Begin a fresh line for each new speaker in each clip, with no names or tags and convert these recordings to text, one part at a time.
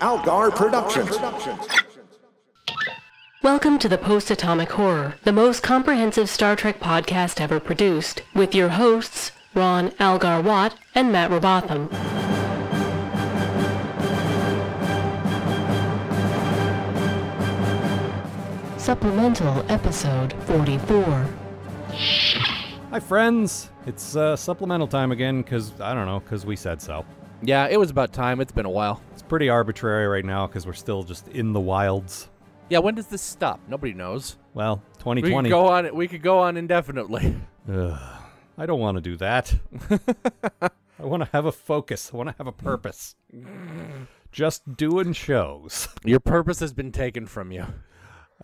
Algar Productions.
Welcome to the Post Atomic Horror, the most comprehensive Star Trek podcast ever produced, with your hosts, Ron Algar Watt and Matt Robotham. Supplemental Episode 44.
Hi, friends. It's uh, supplemental time again because, I don't know, because we said so.
Yeah, it was about time. It's been a while.
It's pretty arbitrary right now because we're still just in the wilds.
Yeah, when does this stop? Nobody knows.
Well,
We
2020.
could go on. We could go on indefinitely.
Ugh, I don't want to do that. I want to have a focus. I want to have a purpose. just doing shows.
Your purpose has been taken from you.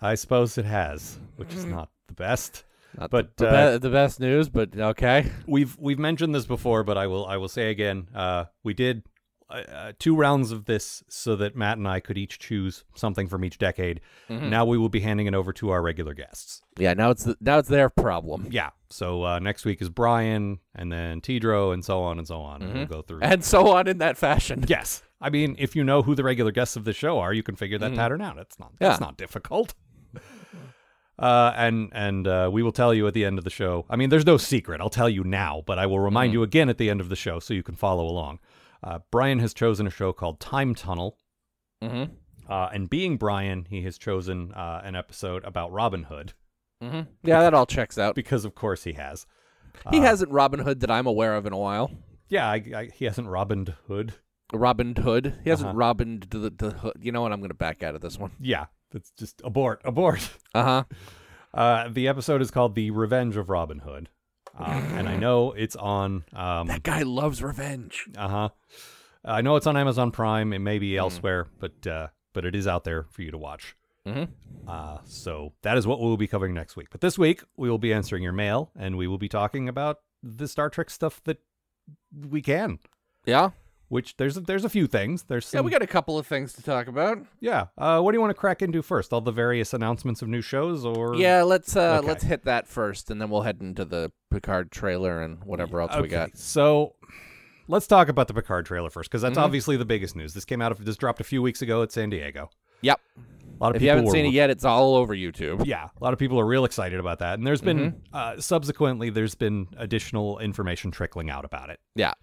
I suppose it has, which is not the best.
Mm. Not
But,
the,
uh,
be- the best news, but okay.
We've we've mentioned this before, but I will I will say again. Uh, we did uh, uh, two rounds of this so that Matt and I could each choose something from each decade. Now we will be handing it over to our regular guests.
Yeah, now it's the, now it's their problem,
Yeah. So uh, next week is Brian, and then Tidro, and so on and so on. And we'll go through.
and so on in that fashion.
yes, I mean, if you know who the regular guests of the show are, you can figure that pattern out. It's not. It's
Yeah.
not difficult. Uh, and and uh, we will tell you at the end of the show. I mean, there's no secret. I'll tell you now, but I will remind you again at the end of the show so you can follow along. Uh, Brian has chosen a show called Time Tunnel,
Mm-hmm.
uh, and being Brian, he has chosen uh, an episode about Robin Hood
Mm-hmm. Yeah, uh, that all checks out.
because, of course, he has.
he hasn't Robin Hood that I'm aware of in a while.
Yeah, I, I, he hasn't Robin Hood.
Robin Hood. He hasn't Robin to the, the hood. You know what? I'm going to back out of this one.
Yeah, that's just abort, abort.
Uh huh.
Uh, the episode is called "The Revenge of Robin Hood," uh, and I know it's on. Um,
That guy loves revenge.
uh huh. I know it's on Amazon Prime. It may
Hmm.
be elsewhere, but uh, but it is out there for you to watch.
Mhm.
Uh, so that is what we will be covering next week. But this week we will be answering your mail, and we will be talking about the Star Trek stuff that we can.
Yeah.
Which there's there's a few things. There's some,
Yeah, we got a couple of things to talk about.
Yeah. Uh, what do you want to crack into first? All the various announcements of new shows, or
Yeah, let's uh
Okay.
let's hit that first, and then we'll head into the Picard trailer and whatever else we got.
So let's talk about the Picard trailer first, because
Mm-hmm.
that's obviously the biggest news. This came out of this dropped a few weeks ago at San Diego.
Yep.
A lot of
If
people
you haven't
were,
seen it yet, it's all over YouTube.
Yeah, a lot of people are real excited about that, and there's been
Mm-hmm.
uh, subsequently there's been additional information trickling out about it.
Yeah.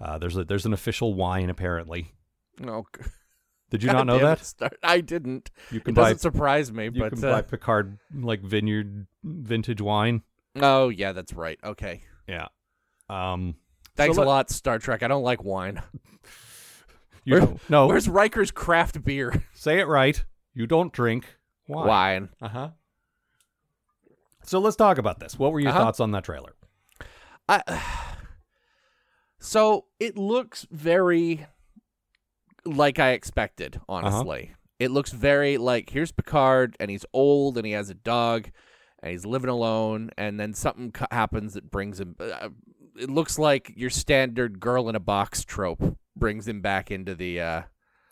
Uh, there's a, there's an official wine apparently.
No. g-
Did you not know
goddamn
that?
Oh, it, Star- I didn't.
You can
It
buy
doesn't surprise me,
you
but
can
uh,
buy Picard like vineyard vintage wine.
oh yeah, that's right. Okay.
Yeah. Um.
Thanks
let-
a lot, Star Trek. I don't like wine.
You
Where-
don't- no.
Where's Riker's craft beer?
Say it right. You don't drink wine.
Wine.
Uh huh. So let's talk about this. What were your
Uh-huh.
thoughts on that trailer?
So it looks very like I expected, honestly. It looks very like here's Picard and he's old and he has a dog and he's living alone and then something co- happens that brings him uh, it looks like your standard girl in a box trope brings him back into the uh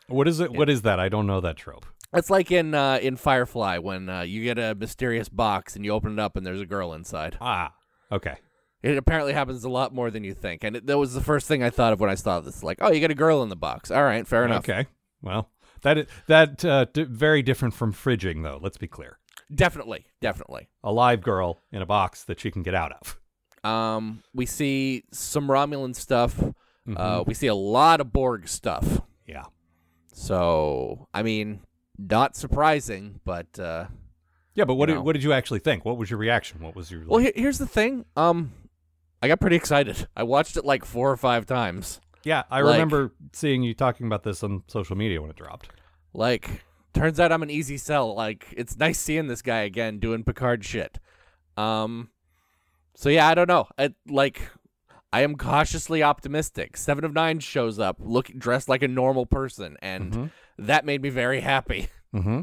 What is it? What is that? I don't know that trope.
it's like in uh, in Firefly when uh, you get a mysterious box and you open it up and there's a girl inside.
Ah, okay.
It apparently happens a lot more than you think, and it, that was the first thing I thought of when I saw this. Like, oh, you got a girl in the box. All right, fair enough.
Okay. Well, that is, that uh, d- very different from fridging, though. Let's be clear.
Definitely, definitely.
A live girl in a box that she can get out of.
Um, we see some Romulan stuff. Uh, we see a lot of Borg stuff.
Yeah.
So, I mean, not surprising, but uh,
Yeah, but what
You
did,
know.
what did you actually think? What was your reaction? What was your
well, here, here's the thing. Um, I got pretty excited. I watched it like four or five times.
yeah? I
like-
remember seeing you talking about this on social media when it dropped.
Like, turns out I'm an easy sell. Like, it's nice seeing this guy again doing Picard shit. Um, so yeah, I don't know. I, like, I am cautiously optimistic. Seven of Nine shows up, look dressed like a normal person, and that made me very happy.
Mm-hmm.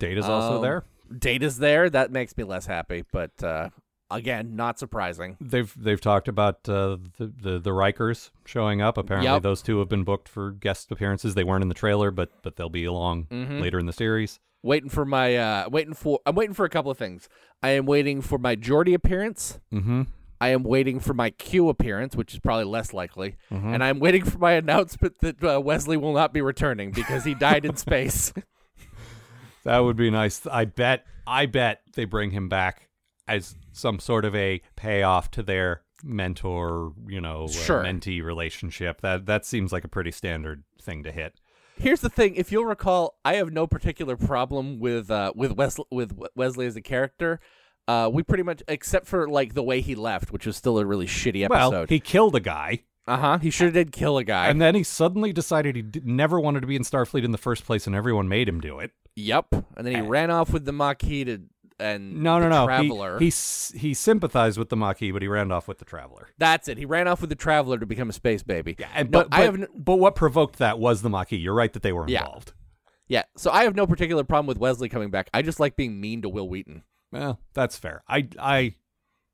Data's also
Um,
there.
Data's there, that makes me less happy, but uh, again, not surprising.
They've they've talked about uh, the, the the Rikers showing up. Apparently,
Yep.
those two have been booked for guest appearances. They weren't in the trailer, but but they'll be along
Mm-hmm.
later in the series.
Waiting for my uh, waiting for I'm waiting for a couple of things. I am waiting for my Geordie appearance.
Mm-hmm.
I am waiting for my Q appearance, which is probably less likely,
Mm-hmm.
and I'm waiting for my announcement that uh, Wesley will not be returning because he died in space.
That would be nice. I bet. I bet they bring him back as some sort of a payoff to their mentor, you know, uh,
Sure.
mentee relationship. That that seems like a pretty standard thing to hit.
Here's the thing: if you'll recall, I have no particular problem with uh, with Wes- with W- Wesley as a character. Uh, we pretty much, except for like the way he left, which was still a really shitty episode.
Well, he killed a guy,
uh huh. He sure did kill a guy.
and then he suddenly decided he d- never wanted to be in Starfleet in the first place, and everyone made him do it.
yep. And then he ran off with the Maquis to, and
Eh. No,
the
no, no.
Traveler.
He, he s- he sympathized with the Maquis, but he ran off with the Traveler.
That's it. He ran off with the Traveler to become a space baby. Yeah.
And,
no,
but,
I
but-
have n-
but what provoked that was the Maquis. You're right that they were
Yeah.
involved.
yeah. So I have no particular problem with Wesley coming back. I just like being mean to Will Wheaton.
Well, that's fair. I I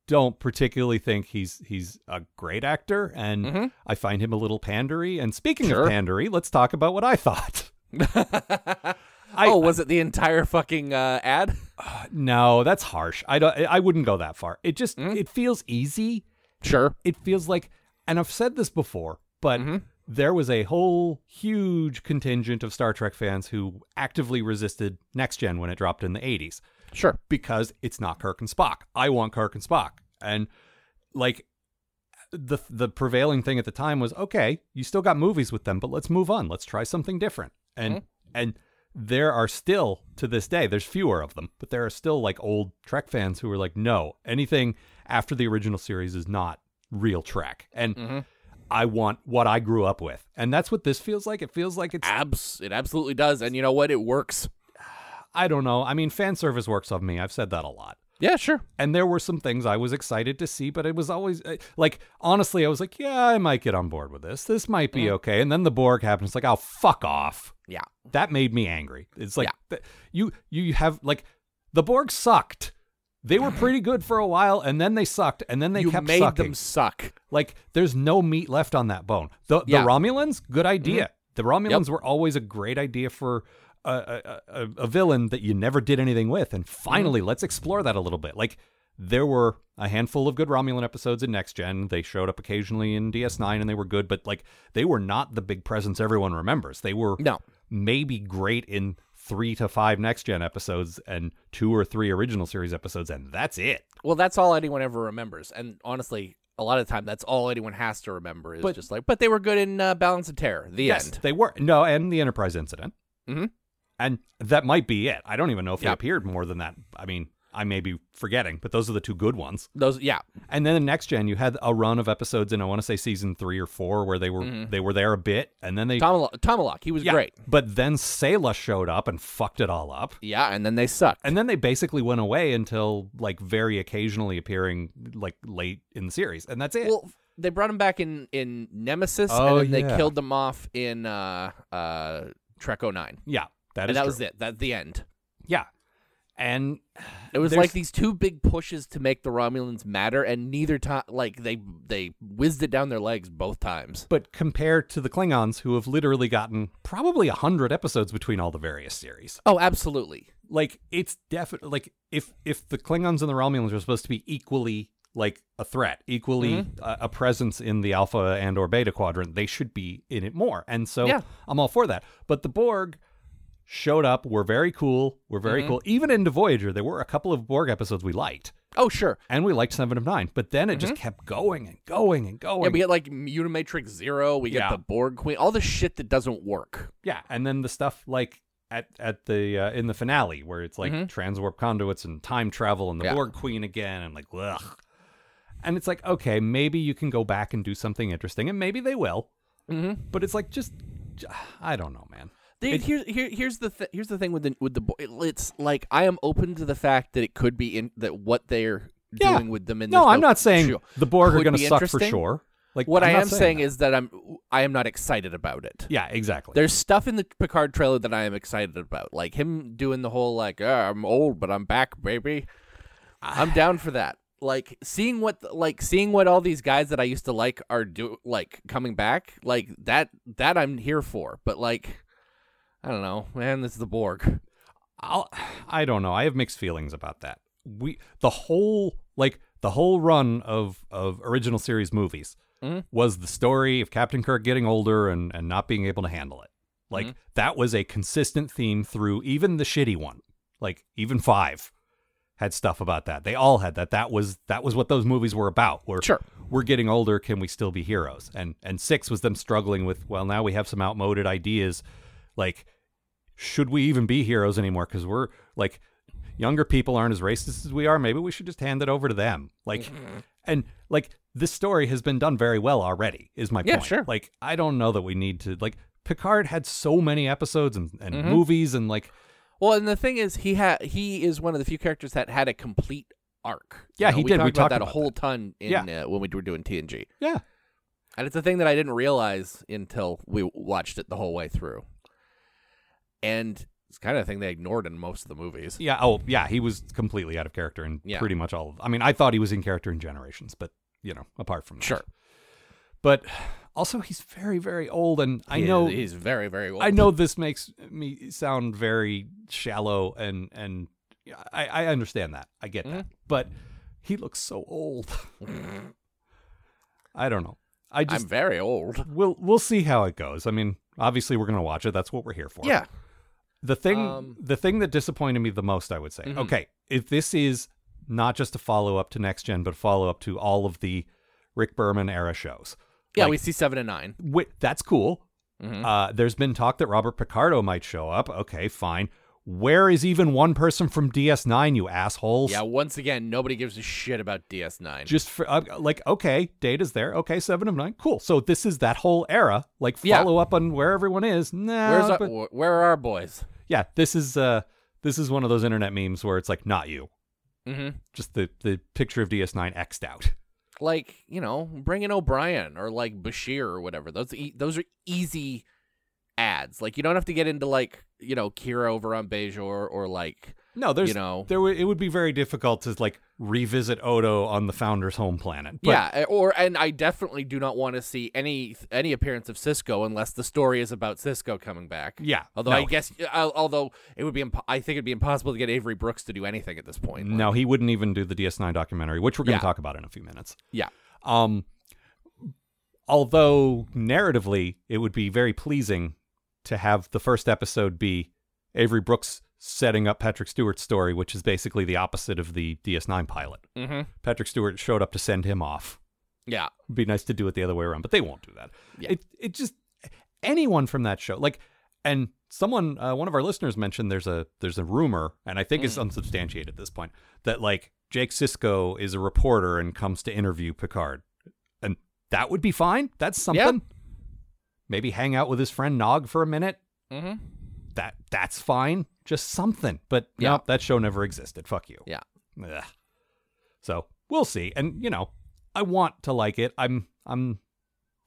don't particularly think he's he's a great actor, and I find him a little pandery. And speaking
Mm-hmm. Sure.
of pandery, let's talk about what I thought. I-
oh, was it the entire fucking uh, ad?
No, that's harsh. I don't. I wouldn't go that far. It just
Mm-hmm.
it feels easy.
Sure.
It feels like, and I've said this before, but. There was a whole huge contingent of Star Trek fans who actively resisted Next Gen when it dropped in the 80s.
Sure.
because it's not Kirk and Spock. I want Kirk and Spock. And like the the prevailing thing at the time was okay, you still got movies with them, but let's move on. Let's try something different. And and there are still to this day, there's fewer of them, but there are still like old Trek fans who are like, no, anything after the original series is not real Trek. And I want what I grew up with. And that's what this feels like. It feels like it's
Abs. It absolutely does. And you know what? It works.
I don't know. I mean, fan service works on me. I've said that a lot.
Yeah. Sure.
and there were some things I was excited to see, but it was always uh, like, honestly, I was like, yeah, I might get on board with this. This might be
Mm-hmm.
okay. And then the Borg happened. It's like, oh, fuck off.
Yeah.
That made me angry. It's like th- you you have like the Borg sucked. They were pretty good for a while, and then they sucked, and then they
you
kept
made
sucking.
them suck.
Like there's no meat left on that bone. The the
Yeah. Mm-hmm.
Romulans, good idea. The Romulans were always a great idea for a, a, a, a villain that you never did anything with.
Mm-hmm.
And finally, let's explore that a little bit. Like there were a handful of good Romulan episodes in Next Gen. They showed up occasionally in DS9 and they were good, but like they were not the big presence everyone remembers. They were
No.
maybe great in 3 to 5 Next Gen episodes and 2 or 3 original series episodes and that's it.
Well, that's all anyone ever remembers. And honestly, a lot of the time, that's all anyone has to remember is
But-
just like, but they were good in uh, Balance of Terror. The
yes,
end.
they were. No, and the Enterprise incident.
Mhm.
And that might be it. I don't even know if they
Yeah.
appeared more than that. I mean, I may be forgetting, but those are the two good ones.
Those. Yeah.
And then the next gen, you had a run of episodes in I want to say season three or four where they were they were there a bit, and then they
Mm-hmm. Tom Tomalak. He was
yeah,
great.
But then Selah showed up and fucked it all up.
Yeah. And then they sucked.
And then they basically went away until like very occasionally appearing like late in the series, and that's it.
Well, they brought him back in in Nemesis,
Eh. Oh,
and then
yeah.
they killed them off in uh uh Trek 09.
yeah, that is
and that
true.
was it. That's the end.
Yeah, and
It was
There's-
like these two big pushes to make the Romulans matter, and neither time, like they they whizzed it down their legs both times.
but compared to the Klingons, who have literally gotten probably a hundred episodes between all the various series,
Oh, absolutely.
like it's definitely like if if the Klingons and the Romulans are supposed to be equally like a threat, equally uh, a presence in the Alpha and or Beta quadrant, they should be in it more. And so
Yeah.
I'm all for that. But the Borg showed up, were very cool, were very cool. Even into Voyager, there were a couple of Borg episodes we liked,
Oh, sure.
and we liked Seven of Nine. But then it just kept going and going and going.
Yeah, we get like Unimatrix Zero. We get
Yeah.
the Borg Queen. All the shit that doesn't work.
Yeah, and then the stuff like at at the uh, in the finale where it's like transwarp conduits and time travel and the
Mm-hmm. Yeah.
Borg Queen again and like ugh. And it's like okay, maybe you can go back and do something interesting, and maybe they will.
Mhm.
But it's like just j- I don't know, man.
Dude, here's here, here's the th- here's the thing with the with the bo- it- it's like I am open to the fact that it could be in that what they're
Yeah.
doing with them in
No,
this
I'm
no-
not saying
show
the Borg are
could
going
be
to suck for
interesting.
sure. Like
What
I'm
I
not
am saying
that.
is that I'm I am not excited about it.
yeah, exactly.
There's stuff in the Picard trailer that I am excited about, like him doing the whole like "Ah, I'm old but I'm back, baby. I'm down for that. Like seeing what like seeing what all these guys that I used to like are do like coming back, like that that I'm here for. But like I don't know, man, this is the Borg.
I'll, I don't know. I have mixed feelings about that. We the whole like the whole run of of original series movies
Mhm.
was the story of Captain Kirk getting older and and not being able to handle it. Like that was a consistent theme through even the shitty one. Like even 5 had stuff about that. They all had that. That was that was what those movies were about. Were
Sure.
we're getting older, can we still be heroes? And and 6 was them struggling with well now we have some outmoded ideas like should we even be heroes anymore because we're like younger people aren't as racist as we are maybe we should just hand it over to them like
Mm-hmm.
and like this story has been done very well already is my
Yeah,
point
sure.
like i don't know that we need to like picard had so many episodes and, and
Mm-hmm.
movies and like
Well, and the thing is, he had he is one of the few characters that had a complete arc.
Yeah, he
we
did.
Talked
We
about
talked
that
about
a whole
that.
ton in
Yeah.
uh, when we were doing TNG,
yeah
and it's a thing that I didn't realize until we watched it the whole way through. And it's kind of a thing they ignored in most of the movies.
yeah oh yeah he was completely out of character in
Yeah.
pretty much all of i mean i thought he was in character in generations but you know apart from that.
Sure.
but also he's very very old and i
He-
know
he's very very old.
I know this makes me sound very shallow, and and I, I understand that. I get
Mm-hmm.
that, but he looks so old. I don't know. I just
I'm very old.
we'll we'll see how it goes. I mean, obviously we're gonna watch it. That's what we're here for.
Yeah.
The thing
Um, mm-hmm.
the thing that disappointed me the most, I would say. Okay, if this is not just a follow up to Next Gen, but follow up to all of the Rick Berman era shows.
Yeah,
Like-
we see seven and nine.
Wait, that's cool.
Mhm.
Uh, there's been talk that Robert Picardo might show up. Okay, fine. Where is even one person from DS9, you assholes?
Yeah, once again, nobody gives a shit about DS9.
Just for, uh, like, okay, Data's there. Okay, seven of nine. Cool. So this is that whole era. Like,
Yeah.
follow up on where everyone is. Nah.
Where's uh, our,
but-
wh- where are our boys?
yeah, this is uh, this is one of those internet memes where it's like, not you.
hmm
Just the the picture of DS9 X'd out.
Like you know, bring in O'Brien or like Bashir or whatever. Those e- those are easy ads. Like you don't have to get into like you know Kira over on Bejor or like
No, there's
You know.
there w- it would be very difficult to like revisit Odo on the founder's home planet. But
yeah or and I definitely do not want to see any any appearance of Cisco unless the story is about Cisco coming back.
Yeah,
Although
no.
I guess al- although it would be imp- I think it'd be impossible to get Avery Brooks to do anything at this point. Like,
No, he wouldn't even do the DS9 documentary, which we're going
Yeah.
to talk about in a few minutes.
Yeah.
Um, although narratively, it would be very pleasing to have the first episode be Avery Brooks setting up Patrick Stewart's story, which is basically the opposite of the DS9 pilot.
Mm-hmm.
Patrick Stewart showed up to send him off.
Yeah.
It'd be nice to do it the other way around, but they won't do that.
Yeah.
It it just anyone from that show, like, and someone, uh, one of our listeners mentioned there's a there's a rumor, and I think it's unsubstantiated at this point that like Jake Sisko is a reporter and comes to interview Picard, and that would be fine. That's something. Maybe hang out with his friend Nog for a minute.
Mm-hmm.
That that's fine. Just something. But
Yeah.
nope, that show never existed. Fuck you.
Yeah.
Ugh. So we'll see. And you know, I want to like it. I'm I'm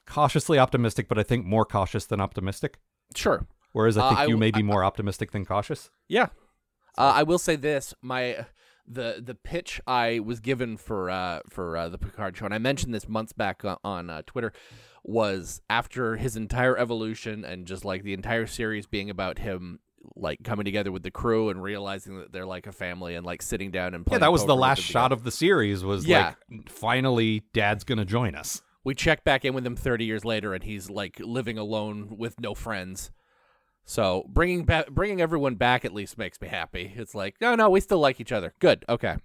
cautiously optimistic, but I think more cautious than optimistic.
Sure.
Whereas I
Uh,
think
I
you
w-
may be more optimistic than cautious.
Yeah. Uh, I will say this: my the the pitch I was given for uh, for uh, the Picard show, and I mentioned this months back on, on uh, Twitter, was after his entire evolution and just like the entire series being about him like coming together with the crew and realizing that they're like a family and like sitting down and
Yeah,
playing
that was
poker
the
with
last
them
shot
together.
of the series was
Yeah.
like finally dad's gonna join us.
we check back in with him 30 years later and he's like living alone with no friends so bringing back bringing everyone back at least makes me happy it's like no no we still like each other good okay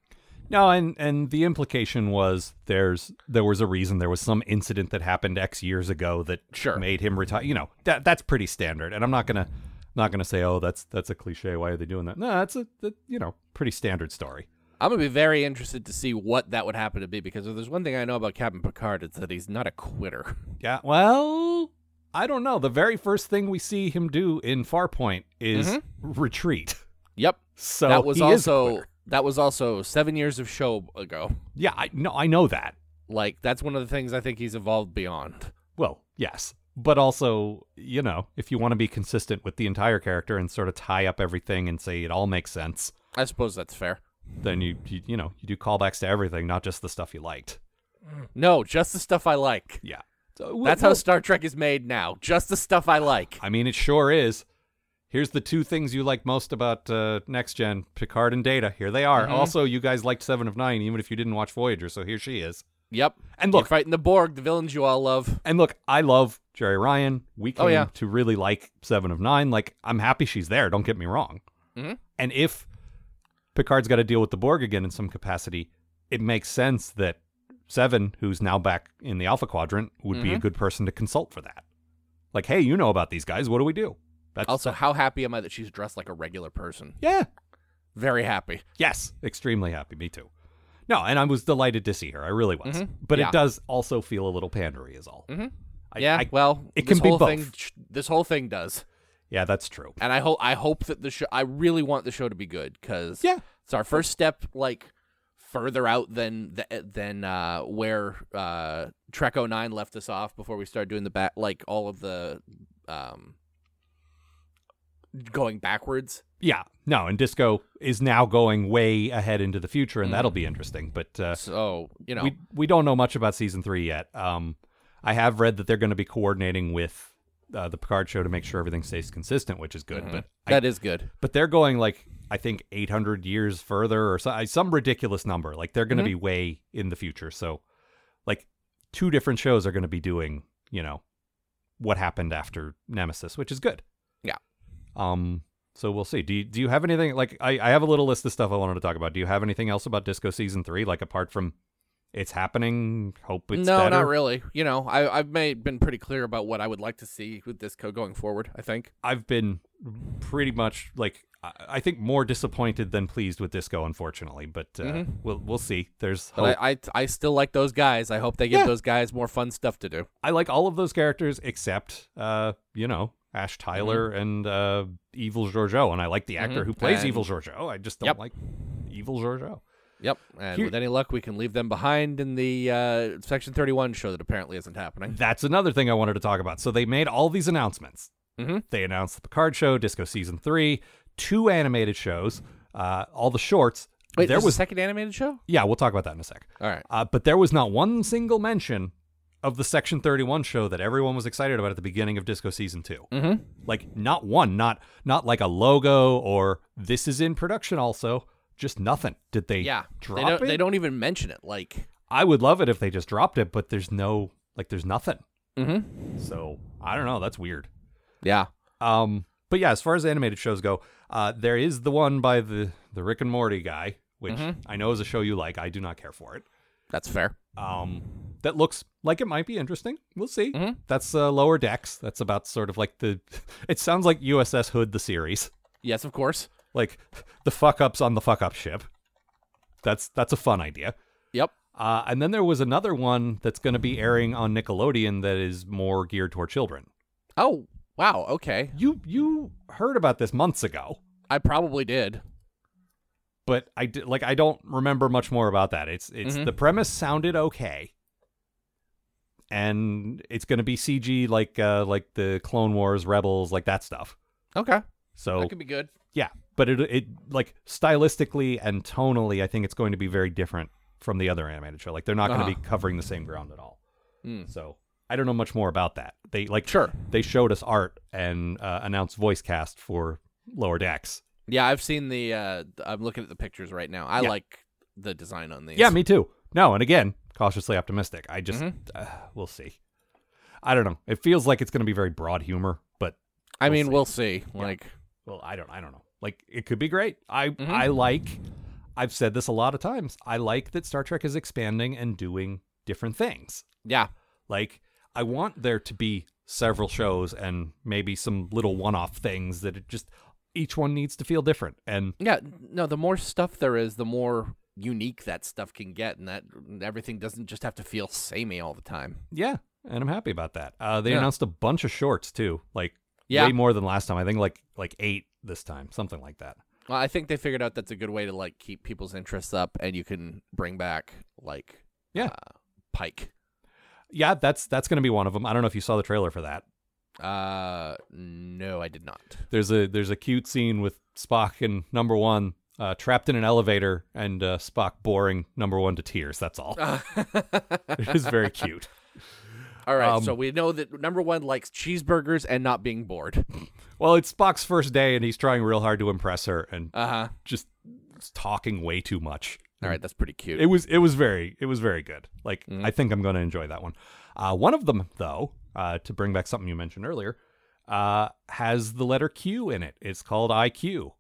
No, and and the implication was there's there was a reason there was some incident that happened X years ago that
Sure.
made him retire. You know that that's pretty standard, and I'm not gonna not gonna say oh that's that's a cliche. Why are they doing that? No, that's a that, you know pretty standard story.
i'm gonna be very interested to see what that would happen to be because if there's one thing i know about captain picard it's that he's not a quitter
Yeah. Well, I don't know. The very first thing we see him do in Farpoint is retreat.
yep
So
Mm-hmm. that was
he is a
also
quitter.
that was also seven years of show ago
yeah. I no, I know that.
like that's one of the things i think he's evolved beyond
Well, yes. But also, you know, if you want to be consistent with the entire character and sort of tie up everything and say it all makes sense,
i suppose that's fair
then you you, you know, you do callbacks to everything, not just the stuff you liked.
no just the stuff i like
Yeah. So, we-
That's how
we'll-
Star Trek is made now. Just the stuff I like.
I mean, it sure is. Here's the two things you like most about uh, Next Gen Picard and Data. Here they
Mm-hmm.
are. Also, you guys liked Seven of Nine, even if you didn't watch Voyager, so here she is.
Yep.
And
You're
look-
fighting the Borg, the villains you all love.
And look, I love Jerry Ryan. We came
Oh, yeah.
to really like Seven of Nine. Like, I'm happy she's there. Don't get me wrong.
Mhm.
And if Picard's got to deal with the Borg again in some capacity, it makes sense that Seven, who's now back in the Alpha Quadrant, would be a
Mm-hmm.
good person to consult for that. Like, hey, you know about these guys. What do we do? That's
Also, how happy am I that she's dressed like a regular person?
yeah.
Very happy.
Yes, extremely happy. Me too. No, and I was delighted to see her. I really was.
Mhm.
But
Yeah.
it does also feel a little pandery, is all.
Mhm.
I,
yeah.
I-
well,
it
this
can be
whole
both.
Thing, this whole thing does,
yeah, that's true.
and I hope I hope that the show. I really want the show to be good because
Yeah.
it's our first step, like further out than th- than uh, where uh, Trek 09 left us off before we started doing the back, like all of the um, going backwards.
Yeah, no, and Disco is now going way ahead into the future, and that'll be interesting. But uh,
So you know,
we we don't know much about season three yet. Um, I have read that they're going to be coordinating with uh, the Picard show to make sure everything stays consistent, which is good. But I,
Mm-hmm. that is good.
but they're going like I think 800 years further or so, some ridiculous number. Like they're going
Mm-hmm.
to be way in the future. So like two different shows are going to be doing, you know, what happened after Nemesis, which is good.
Yeah.
Um so we'll see. Do you, do you have anything like I, I have a little list of stuff I wanted to talk about. Do you have anything else about Disco season 3 like apart from it's happening, hope it's
no,
better?
not really. You know, I I've made been pretty clear about what I would like to see with this co going forward. I think.
I've been pretty much like I- I think more disappointed than pleased with Disco, unfortunately. But uh, we'll we'll see. There's hope.
Mm-hmm. But I, I I still like those guys. I hope they give
Yeah.
those guys more fun stuff to do.
I like all of those characters except uh, you know, Ash Tyler and uh, Evil Giorgio, and I like the actor
Mhm.
who plays
Mm-hmm. And-
Evil Giorgio. I just don't
Yep.
like Evil Giorgio.
Yep. And
Here-
with any luck, we can leave them behind in the uh, Section Thirty One show that apparently isn't happening.
That's another thing I wanted to talk about. So they made all these announcements.
Mhm.
They announced the Picard show, Disco season three, two animated shows, uh, all the shorts.
Wait,
there
there's
was
a second animated show.
yeah, we'll talk about that in a sec.
All right.
Uh, but there was not one single mention of the Section 31 show that everyone was excited about at the beginning of Disco Season 2.
Mm-hmm.
Like not one, not not like a logo or this is in production also, just nothing. Did they
Yeah.
drop
they don't.
it?
They don't even mention it. Like.
I would love it if they just dropped it, but there's no like there's nothing.
Mm-hmm.
So, I don't know, that's weird.
Yeah.
Um, but yeah, as far as animated shows go, uh, there is the one by the the Rick and Morty guy, which
Mm-hmm.
I know is a show you like. I do not care for it.
That's fair.
um, that looks like it might be interesting. We'll see.
Mhm.
That's uh, lower decks. That's about sort of like the. It sounds like USS Hood the series,
Yes, of course.
like the fuck ups on the fuck up ship. That's that's a fun idea.
Yep.
Uh, and then there was another one that's going to be airing on Nickelodeon that is more geared toward children.
Oh wow. Okay.
You you heard about this months ago,
I probably did.
but I di- like I don't remember much more about that. It's it's
Mhm.
the premise sounded okay, and it's going to be CG like uh, like the Clone Wars, Rebels, like that stuff.
Okay.
So
That could be good.
yeah, but it it like stylistically and tonally, I think it's going to be very different from the other animated show. Like they're not going
Uh-huh.
to be covering the same ground at all.
Mm.
So I don't know much more about that. They like
Sure.
they showed us art and uh, announced voice cast for Lower Decks.
Yeah, I've seen the. Uh, I'm looking at the pictures right now. I
Yeah.
like the design on these.
Yeah, me too. No, and again, cautiously optimistic. I just,
Mhm.
uh, we'll see. I don't know. It feels like it's going to be very broad humor, but
I
We'll
mean,
see.
we'll see. Like,
well, I don't. I don't know. Like it could be great. I I like. I've said this a lot of times. I like that Star Trek is expanding and doing different things.
yeah,
Like I want there to be several shows and maybe some little one-off things that it just each one needs to feel different. And
yeah. No, the more stuff there is, the more unique that stuff can get, and that everything doesn't just have to feel samey all the time.
yeah, and I'm happy about that. Uh, they
Yeah.
announced a bunch of shorts too. Like
Yeah.
way more than last time. I think like like eight this time, something like that.
Well, I think they figured out that's a good way to like keep people's interests up, and you can bring back like
Yeah.
uh, Pike.
Yeah, that's that's going to be one of them. I don't know if you saw the trailer for that.
Uh, no, I did not.
There's a there's a cute scene with Spock and Number One uh, trapped in an elevator, and uh, Spock boring Number One to tears. That's all. it is very cute.
All right,
Um,
so we know that number one likes cheeseburgers and not being bored.
Well, it's Spock's first day, and he's trying real hard to impress her, and
Uh huh.
just talking way too much.
All right, that's pretty cute.
It was it was very it was very good. Like
Mhm.
I think I'm going to enjoy that one. Uh, one of them though, uh, to bring back something you mentioned earlier, uh, has the letter Q in it. It's called IQ,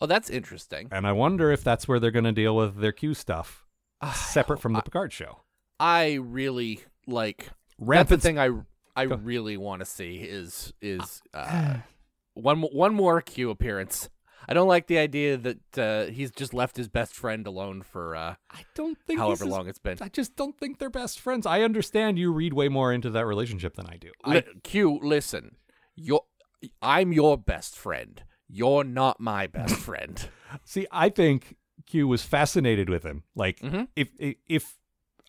oh, that's interesting.
and I wonder if that's where they're going to deal with their Q stuff, separate from the Picard show.
I really like
Rampant
that's the thing I I
Go.
really want to see is is uh, one mo- one more Q appearance. I don't like the idea that uh, he's just left his best friend alone for uh,
I don't think
however
this is-
long it's been.
I just don't think they're best friends. I understand you read way more into that relationship than I do. I,
Li- Q, listen, you're I'm your best friend. You're not my best friend.
see, I think Q was fascinated with him. Like
Mhm.
if, if if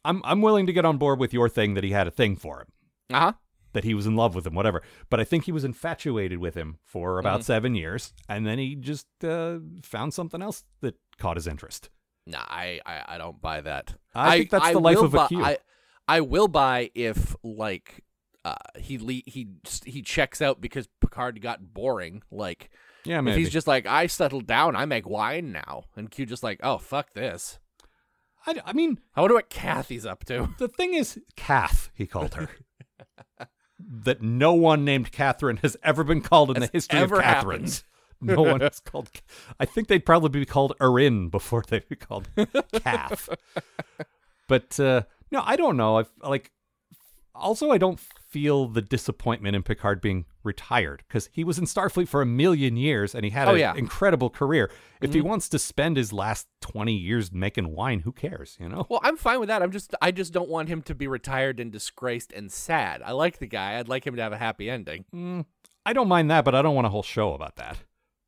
I'm I'm willing to get on board with your thing that he had a thing for him,
Uh huh.
that he was in love with him, whatever. But I think he was infatuated with him for about
Mm.
seven years, and then he just uh, found something else that caught his interest.
Nah, I, I I don't buy that.
I think that's the life
will
of a
buy-
Q.
I I will buy if like uh, he le- he he checks out because Picard got boring. Like
Yeah,
if
Uh, maybe.
he's just like I settled down, I make wine now, and Q just like oh fuck this.
I, I mean,
I wonder what Kathy's up to.
the thing is, Kath, he called her. that no one named Catherine has ever been called in
Has
the history
ever
of Catherines. no one is called. I think they'd probably be called Erin before they'd be called Kath. but uh, no, I don't know. I like. Also, I don't feel the disappointment in Picard being retired because he was in Starfleet for a million years and he had
Oh,
an
yeah.
incredible career. If he wants to spend his last twenty years making wine, who cares? You know.
Well, I'm fine with that. I'm just I just don't want him to be retired and disgraced and sad. I like the guy. I'd like him to have a happy ending.
Mm, I don't mind that, but I don't want a whole show about that.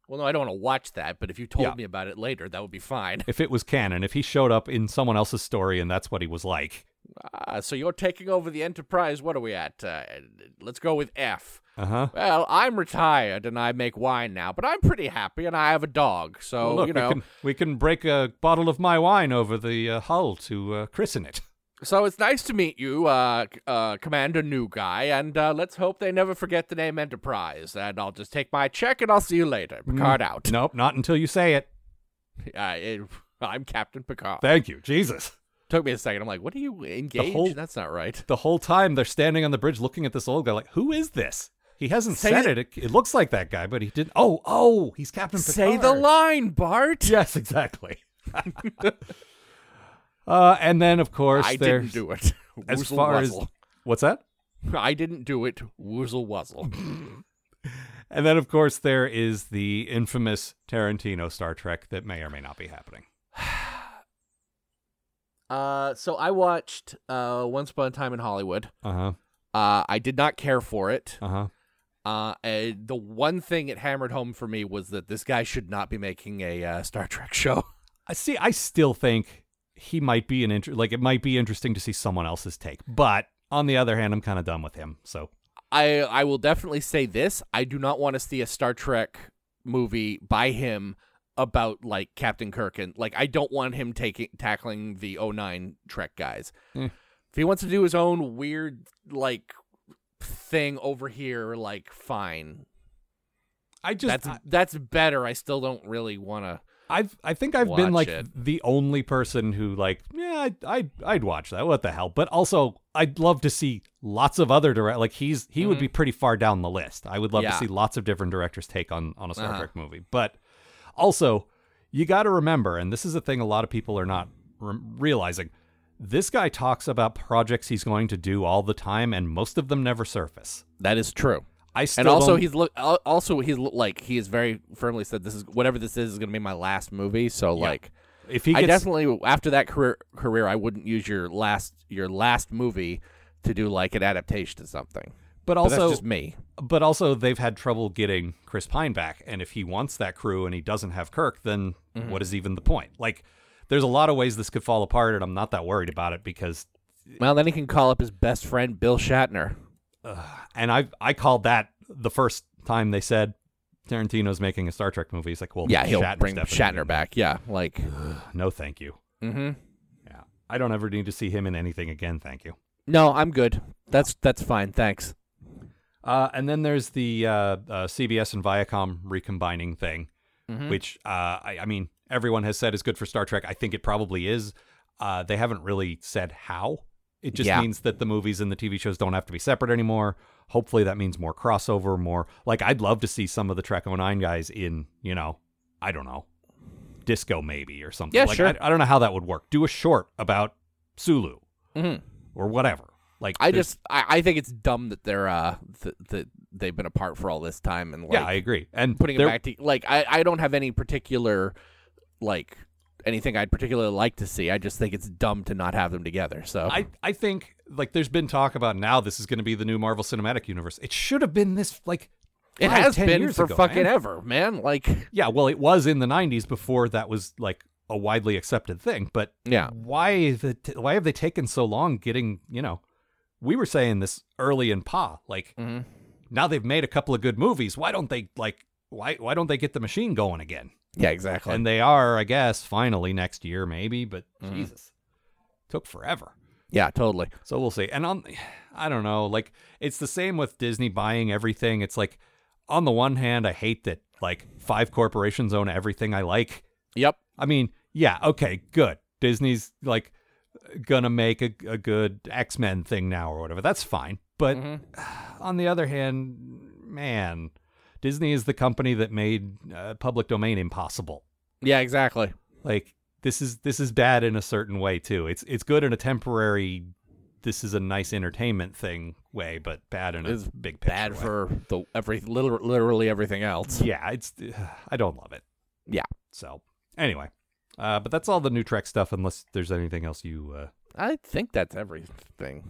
Well, no, I don't want to watch that. But if you told
Yeah.
me about it later, that would be fine.
If it was canon, if he showed up in someone else's story and that's what he was like,
Uh, so you're taking over the Enterprise. What are we at? Uh, let's go with F.
uh huh.
Well, I'm retired and I make wine now, but I'm pretty happy and I have a dog. So
look,
you know,
we can we can break a bottle of my wine over the uh, hull to uh, christen it.
so it's nice to meet you, uh, c- uh, Commander New Guy, and uh, let's hope they never forget the name Enterprise. And I'll just take my check and I'll see you later.
Mm,
Picard out.
Nope, not until you say it.
I, it, I'm Captain Picard.
Thank you, Jesus.
Took me a second. I'm like, what are you engaged?
whole-
That's not right.
The whole time they're standing on the bridge looking at this old guy, like, who is this? He hasn't
Say
said
the-
it. it. It looks like that guy, but he didn't. Oh, oh, he's Captain Picard.
Say the line, Bart.
Yes, exactly. uh, and then, of course,
I
there's
didn't do it.
as
Woozle
far
wuzzle.
as what's that?
I didn't do it. Woozle wuzzle.
And then, of course, there is the infamous Tarantino Star Trek that may or may not be happening.
Uh, so I watched uh, Once Upon a Time in Hollywood.
Uh huh.
Uh, I did not care for it.
Uh huh.
Uh, and the one thing it hammered home for me was that this guy should not be making a uh, Star Trek show.
I see. I still think he might be an inter- like it might be interesting to see someone else's take. But on the other hand, I'm kind of done with him. So
I I will definitely say this: I do not want to see a Star Trek movie by him about like Captain Kirk and like I don't want him taking tackling the 09 Trek guys.
Hmm.
If he wants to do his own weird like thing over here, like fine,
I just
that's that's better. I still don't really want to.
I've I think I've been like
Watch it.
the only person who like yeah I I'd, I'd watch that what the hell but also I'd love to see lots of other direct like he's he would be pretty far down the list I would love to
Mm-hmm. Yeah.
see lots of different directors take on on a Star
Uh-huh.
Trek movie but also you got to remember and this is a thing a lot of people are not re- realizing this guy talks about projects he's going to do all the time and most of them never surface
That is true.
I still
and also
don't-
he's look al- also he's look, like he is very firmly said this is whatever this is is going to be my last movie so like
if he
I
gets
definitely after that career career I wouldn't use your last your last movie to do like an adaptation to something
but
But
also
that's just me
but also they've had trouble getting Chris Pine back. And if he wants that crew and he doesn't have Kirk, then
Mm-hmm.
what is even the point? Like, there's a lot of ways this could fall apart, and I'm not that worried about it because,
well then he can call up his best friend Bill Shatner
and I I called that the first time they said Tarantino's making a Star Trek movie. It's like, well,
yeah he'll
Oh, Shatner's
bring
definitely
Shatner
doing
back yeah like
that. No, thank you.
hmm
Yeah, I don't ever need to see him in anything again. Thank you.
no I'm good that's that's fine thanks
Uh, and then there's the uh, uh, CBS and Viacom recombining thing,
Mhm.
which uh, I, I mean, everyone has said is good for Star Trek. I think it probably is. Uh, they haven't really said how. It just
Yeah.
means that the movies and the TV shows don't have to be separate anymore. Hopefully, that means more crossover, more like I'd love to see some of the Trek 09 guys in, you know, I don't know, disco maybe or something.
Yeah,
like,
sure.
I, I don't know how that would work. Do a short about Sulu
Mhm.
or whatever. Like
I
there's-
just I, I think it's dumb that they're uh th- that they've been apart for all this time and like
yeah, I agree. And
putting
there-
it back to like I I don't have any particular like anything I'd particularly like to see. I just think it's dumb to not have them together. So
I, I think like there's been talk about now this is going to be the new Marvel Cinematic Universe. It should have been this like
it
five,
has
10
been
years
for
ago,
fucking
man.
ever, man. Like
yeah. Well, it was in the '90s before that was like a widely accepted thing. But
yeah.
why the t- why have they taken so long getting you know? We were saying this early in Pa. Like
Mhm.
now they've made a couple of good movies. Why don't they like why why don't they get the machine going again?
Yeah, exactly.
And they are, I guess, finally next year maybe. But
Mm-hmm.
Jesus, took forever.
yeah, totally.
So we'll see. And on, I don't know. Like it's the same with Disney buying everything. It's like, on the one hand, I hate that like five corporations own everything I like.
Yep.
I mean, yeah, okay, good. Disney's like gonna make a, a good X Men thing now or whatever. That's fine. But
Mhm.
on the other hand, man, Disney is the company that made uh, public domain impossible
Yeah, exactly.
like this is this is bad in a certain way too. It's it's good in a temporary this is a nice entertainment thing way, but bad in a
It's
big picture
Bad
way.
for the every liter- literally everything else.
Yeah, it's I don't love it.
Yeah.
So, anyway, uh but that's all the new Trek stuff unless there's anything else you uh
I think that's everything.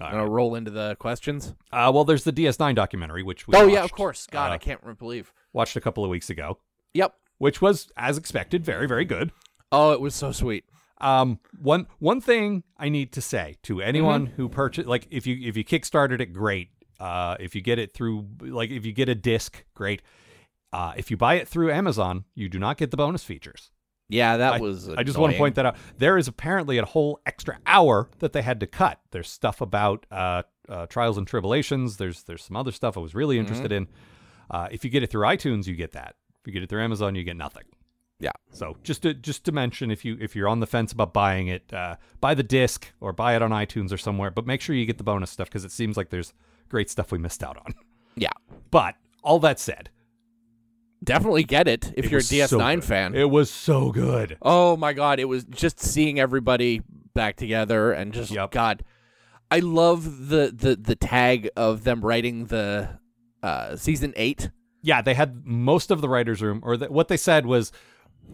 All
I'm gonna roll into the questions.
uh well there's the DS9 documentary which we
oh yeah, of
watched,
course. God,
uh,
I can't re- believe.
watched a couple of weeks ago,
Yep.
which was as expected very very good.
Oh, it was so sweet.
Um, one one thing I need to say to anyone who purchased, like, if you if you kickstarted it, great. Uh, if you get it through, like, if you get a disc, great. Uh, if you buy it through Amazon, you do not get the bonus features.
Yeah, that
I-
was.
I just want to point that out. There is apparently a whole extra hour that they had to cut. There's stuff about uh, uh, trials and tribulations. There's there's some other stuff I was
Mm-hmm.
really interested in. Uh, if you get it through iTunes, you get that. If you get it through Amazon, you get nothing.
Yeah.
So just to just to mention, if you if you're on the fence about buying it, uh, buy the disc or buy it on iTunes or somewhere. But make sure you get the bonus stuff because it seems like there's great stuff we missed out on.
Yeah,
But all that said,
definitely get it if
it
you're a
was so
DS9
good.
fan.
It was so good.
oh my God, it was just seeing everybody back together and just
Yep.
God, I love the the the tag of them writing the uh season eight.
yeah, they had most of the writers' room, or th what they said was,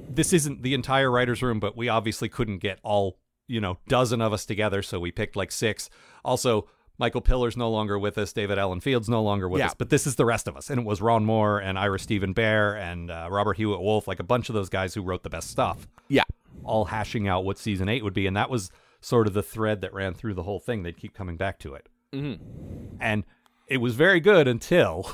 this isn't the entire writers' room, but we obviously couldn't get all you know dozen of us together, so we picked like six. Also, Michael Pillar's no longer with us, David Allen Fields no longer with
Yeah.
us, but this is the rest of us, and it was Ron Moore and Ira Stephen Bear and uh, Robert Hewitt Wolf, like a bunch of those guys who wrote the best stuff,
Yeah,
all hashing out what season eight would be, and that was sort of the thread that ran through the whole thing. They'd keep coming back to it, and it was very good until.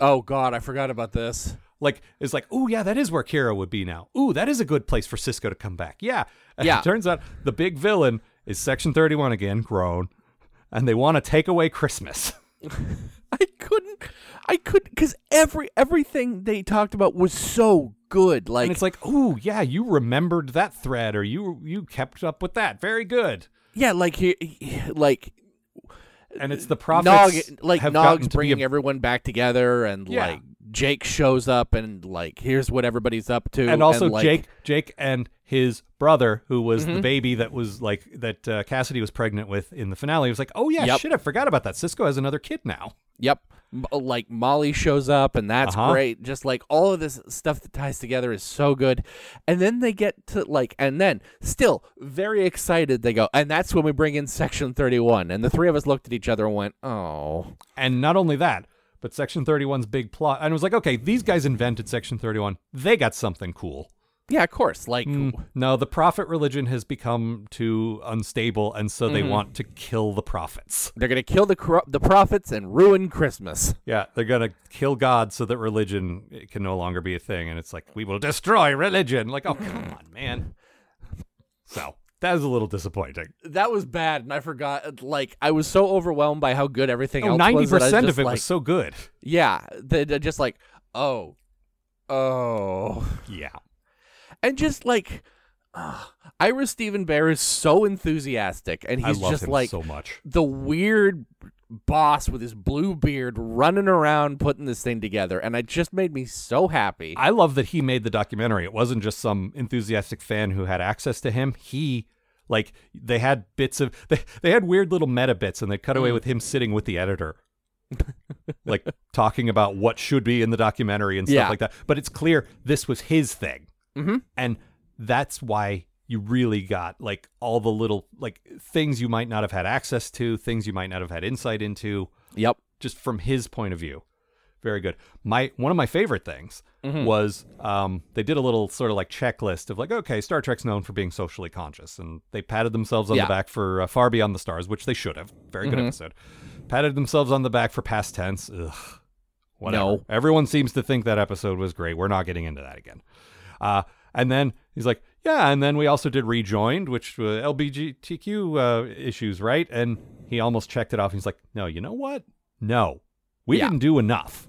Oh God, I forgot about this.
Like it's like, oh yeah, that is where Kira would be now. Ooh, that is a good place for Cisco to come back. Yeah. And
Yeah.
It turns out the big villain is Section 31 again, grown, and they want to take away Christmas.
I couldn't. I couldn't because every everything they talked about was so good. Like,
and it's like, ooh, yeah, you remembered that thread or you you kept up with that. Very good.
yeah, like he, he- like
And it's the
Nog,
prophets
like
have
Nog's
gotten to
bringing
be a-
everyone back together, and
Yeah.
like Jake shows up, and like here's what everybody's up to,
and also
like- Mm-hmm.
Jake Jake and his brother who was the baby that was like that uh, Cassidy was pregnant with in the finale was like, "Oh yeah,
Yep.
shit, I forgot about that. Cisco has another kid now."
Yep. M- uh, Like Molly shows up, and that's
Uh-huh.
great. Just like all of this stuff that ties together is so good. And then they get to like, and then still very excited, they go, and that's when we bring in section 31. And the three of us looked at each other and went, oh.
And not only that, but Section 31's big plot. And I was like, okay, these guys invented Section 31. They got something cool.
Yeah, of course. Like,
No, the prophet religion has become too unstable, and so they want to kill the prophets.
they're going to kill the, cor- the prophets and ruin Christmas.
Yeah, they're going to kill God so that religion can no longer be a thing. And it's like, we will destroy religion. Like, oh, come on, man. So, That is a little disappointing.
That was bad, and I forgot. Like I was so overwhelmed by how good everything
Oh,
else
90%
was. that I was
of
just
it
like,
was so good.
Yeah, that that just like oh, oh,
Yeah.
and just like. Uh, Ira Stephen Bear is so enthusiastic, and
I
he's
love
just
him
like
so much.
the weird boss with his blue beard running around putting this thing together, and it just made me so happy.
I love that he made the documentary. It wasn't just some enthusiastic fan who had access to him. He like they had bits of they, they had weird little meta bits and they cut away with him sitting with the editor. like talking about what should be in the documentary and stuff
Yeah.
like that. But it's clear this was his thing.
Mhm.
And that's why you really got like all the little like things you might not have had access to, things you might not have had insight into
yep.
just from his point of view. Very good. My one of my favorite things was um, they did a little sort of like checklist of like, okay, Star Trek's known for being socially conscious, and they patted themselves on
Yeah.
the back for uh, Far Beyond the Stars, which they should have. Very good episode. Patted themselves on the back for past tense. Ugh. Whatever.
No.
Everyone seems to think that episode was great. We're not getting into that again. Uh, and then he's like, yeah, and then we also did Rejoined, which uh, LBGTQ uh, issues, right? And he almost checked it off. He's like, no, you know what? No, we
Yeah.
didn't do enough.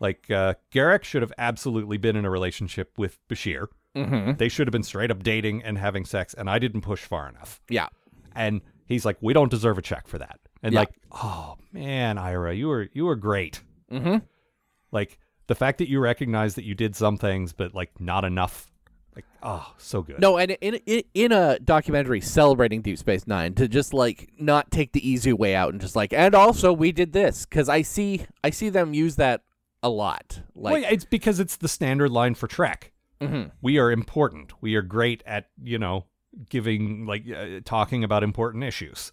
Like, uh, Garrick should have absolutely been in a relationship with Bashir.
Mm-hmm.
They should have been straight up dating and having sex, and I didn't push far enough.
Yeah.
And he's like, we don't deserve a check for that. And
Yeah.
like, oh man, Ira, you were you were great.
Mm-hmm.
Like the fact that you recognize that you did some things, but like not enough. Like, oh, so good.
No, and in, in in a documentary celebrating Deep Space Nine, to just like not take the easy way out and just like, and also we did this because I see I see them use that a lot. Like,
well, yeah, it's because it's the standard line for Trek.
Mhm.
We are important. We are great at you know giving like uh, talking about important issues.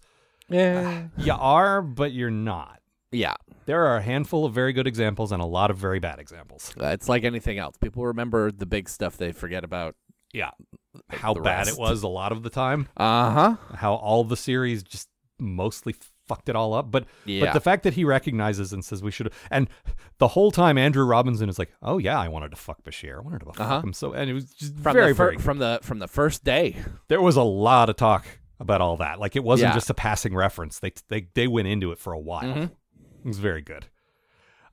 yeah,
You are, but you're not.
yeah.
There are a handful of very good examples and a lot of very bad examples.
Uh, it's like anything else. People remember the big stuff; they forget about.
Yeah, how
the
bad
rest.
it was a lot of the time.
Uh huh.
How all the series just mostly fucked it all up. But
Yeah.
but the fact that he recognizes and says we should and the whole time Andrew Robinson is like, oh yeah, I wanted to fuck Bashir. I wanted to fuck
Uh-huh.
him so, and it was just
From
very
the fir-
very
from the from the first day.
there was a lot of talk about all that. Like it wasn't
Yeah. Mm-hmm.
just a passing reference. They they they went into it for a while. It was very good.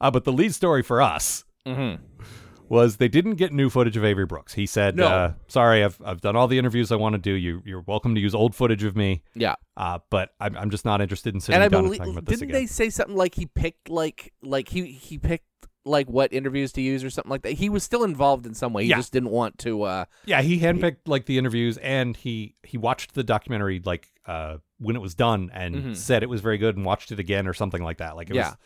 Uh, but the lead story for us
Mm-hmm.
was they didn't get new footage of Avery Brooks. He said,
No.
uh, "Sorry, I've I've done all the interviews I want to do. You you're welcome to use old footage of me,
Yeah,
uh, but I'm I'm just not interested in sitting
and I
down and
believe
talking about
didn't
this
they
again."
say something like he picked like like he he picked like what interviews to use or something like that. He was still involved in some way. He
Yeah.
just didn't want to. uh
yeah, he handpicked like the interviews, and he he watched the documentary like uh, when it was done, and
Mhm.
said it was very good, and watched it again or something like that. Like it
Yeah.
was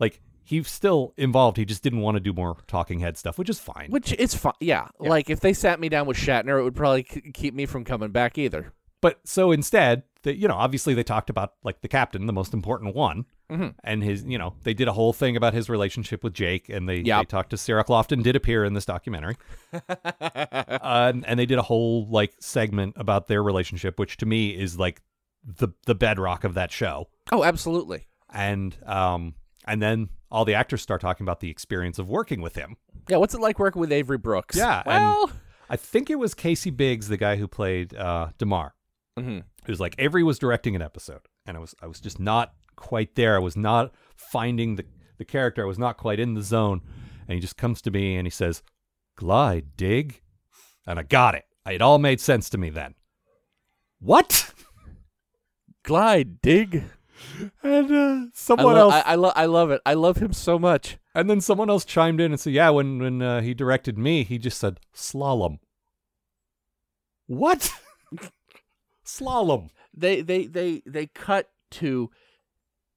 like he's still involved. He just didn't want to do more talking head stuff, which is fine.
Which is fine. Yeah.
Yeah.
Like if they sat me down with Shatner, it would probably c- keep me from coming back either.
But so instead, that you know, obviously they talked about like the captain, the most important one,
Mhm.
and his, you know, they did a whole thing about his relationship with Jake, and they,
Yep.
they talked to Sarah Clofton, did appear in this documentary, uh, and, and they did a whole like segment about their relationship, which to me is like the the bedrock of that show,
Oh, absolutely.
and um, and then all the actors start talking about the experience of working with him.
Yeah. What's it like working with Avery Brooks?
Yeah, and-
Well.
I think it was Casey Biggs, the guy who played uh, Demar.
Mhm.
it was like Avery was directing an episode, and I was I was just not quite there. I was not finding the the character. I was not quite in the zone. And he just comes to me and he says, "Glide, dig," and I got it. It all made sense to me then. What?
Glide, dig.
And uh,
I,
someone
lo-
else,
I, I, lo- I love it. I love him so much.
and then someone else chimed in and said, "Yeah, when when uh, he directed me, he just said slalom." What? slalom.
They they they they cut to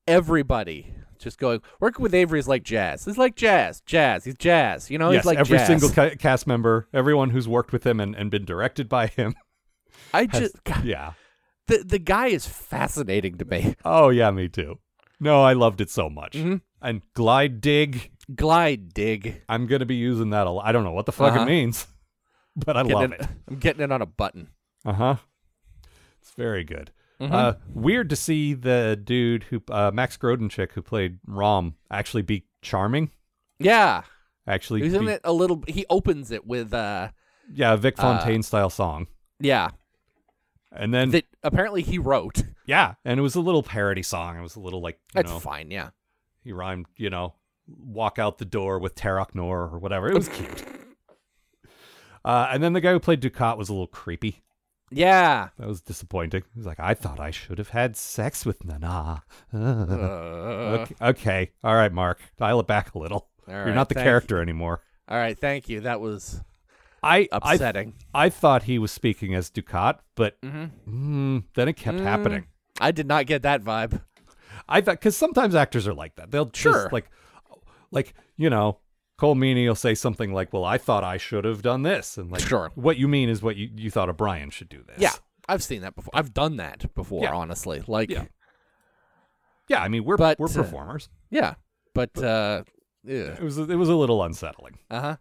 everybody just going. Working with Avery is like jazz. It's like jazz. Jazz. He's jazz. You know.
yes,
he's like
every
jazz.
single ca- cast member, everyone who's worked with him and, and been directed by him.
I
has-
just God,
yeah.
the the guy is fascinating to me.
Oh yeah, me too. No, I loved it so much.
Mhm.
And glide dig,
Glide, dig.
I'm gonna be using that a lot. I don't know what the fuck
Uh-huh.
it means, but I love
Getting
it.
I'm getting it on a button.
Uh huh. It's very good.
Mm-hmm.
Uh, weird to see the dude who uh, Max Grodenchick who played Rom actually be charming.
Yeah.
Actually,
He's in
be-
it a little. He opens it with, uh,
yeah, Vic Fontaine style song.
yeah,
And then
that apparently he wrote.
yeah, and it was a little parody song. It was a little like you
That's
know
fine, yeah.
he rhymed you know walk out the door with Tarok Nor or whatever. It was cute. Uh, and then the guy who played Ducat was a little creepy.
Yeah.
That was disappointing. He was like, I thought I should have had sex with Nana.
Uh,
okay, okay. All right, Mark. Dial it back a little.
All
You're
right,
not the
thank
character anymore.
All right, thank you. That was
I I,
upsetting.
I thought he was speaking as Ducat, but
hmm
mm, then it kept
Mm.
happening.
I did not get that vibe.
I thought because sometimes actors are like that. They'll
Sure.
just like, like you know, Cole Meany will say something like, "Well, I thought I should have done this," and like,
Sure.
what you mean is what you you thought O'Brien should do this.
Yeah, I've seen that before. I've done that before,
Yeah.
honestly. Like,
Yeah. yeah. I mean, we're
But,
we're
uh,
performers.
yeah. But, uh, yeah.
It was it was a little unsettling,
Uh huh.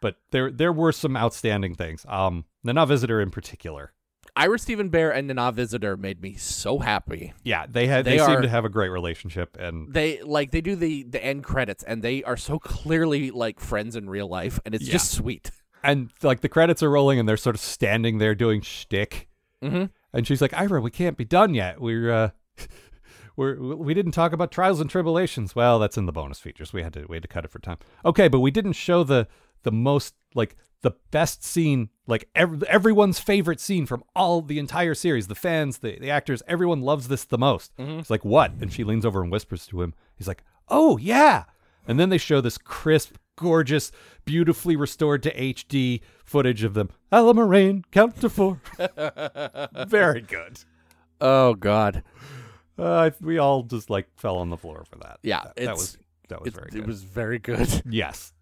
but there there were some outstanding things. Um, Nana Visitor in particular.
Ira Stephen Bear and Nana Visitor made me so happy.
Yeah, they had they,
They
seem
are-
to have a great relationship, and
They like they do the the end credits and they are so clearly like friends in real life and it's
Yeah.
just sweet.
and like the credits are rolling, and they're sort of standing there doing shtick.
Mhm.
And she's like, Ira, we can't be done yet. We're uh, we're we didn't talk about trials and tribulations. Well, that's in the bonus features. We had to we had to cut it for time. Okay, but we didn't show the the most like the best scene, like ev- everyone's favorite scene from all the entire series. The fans, the the actors, everyone loves this the most. It's like what? And she leans over and whispers to him. He's like, Oh yeah. And then they show this crisp, gorgeous, beautifully restored to HD footage of them. Alla Moraine, count to four. Very good.
Oh god.
Uh, we all just like fell on the floor for that.
Yeah,
that, that
it's-
was that was
It,
very
it
good.
was very good.
yes.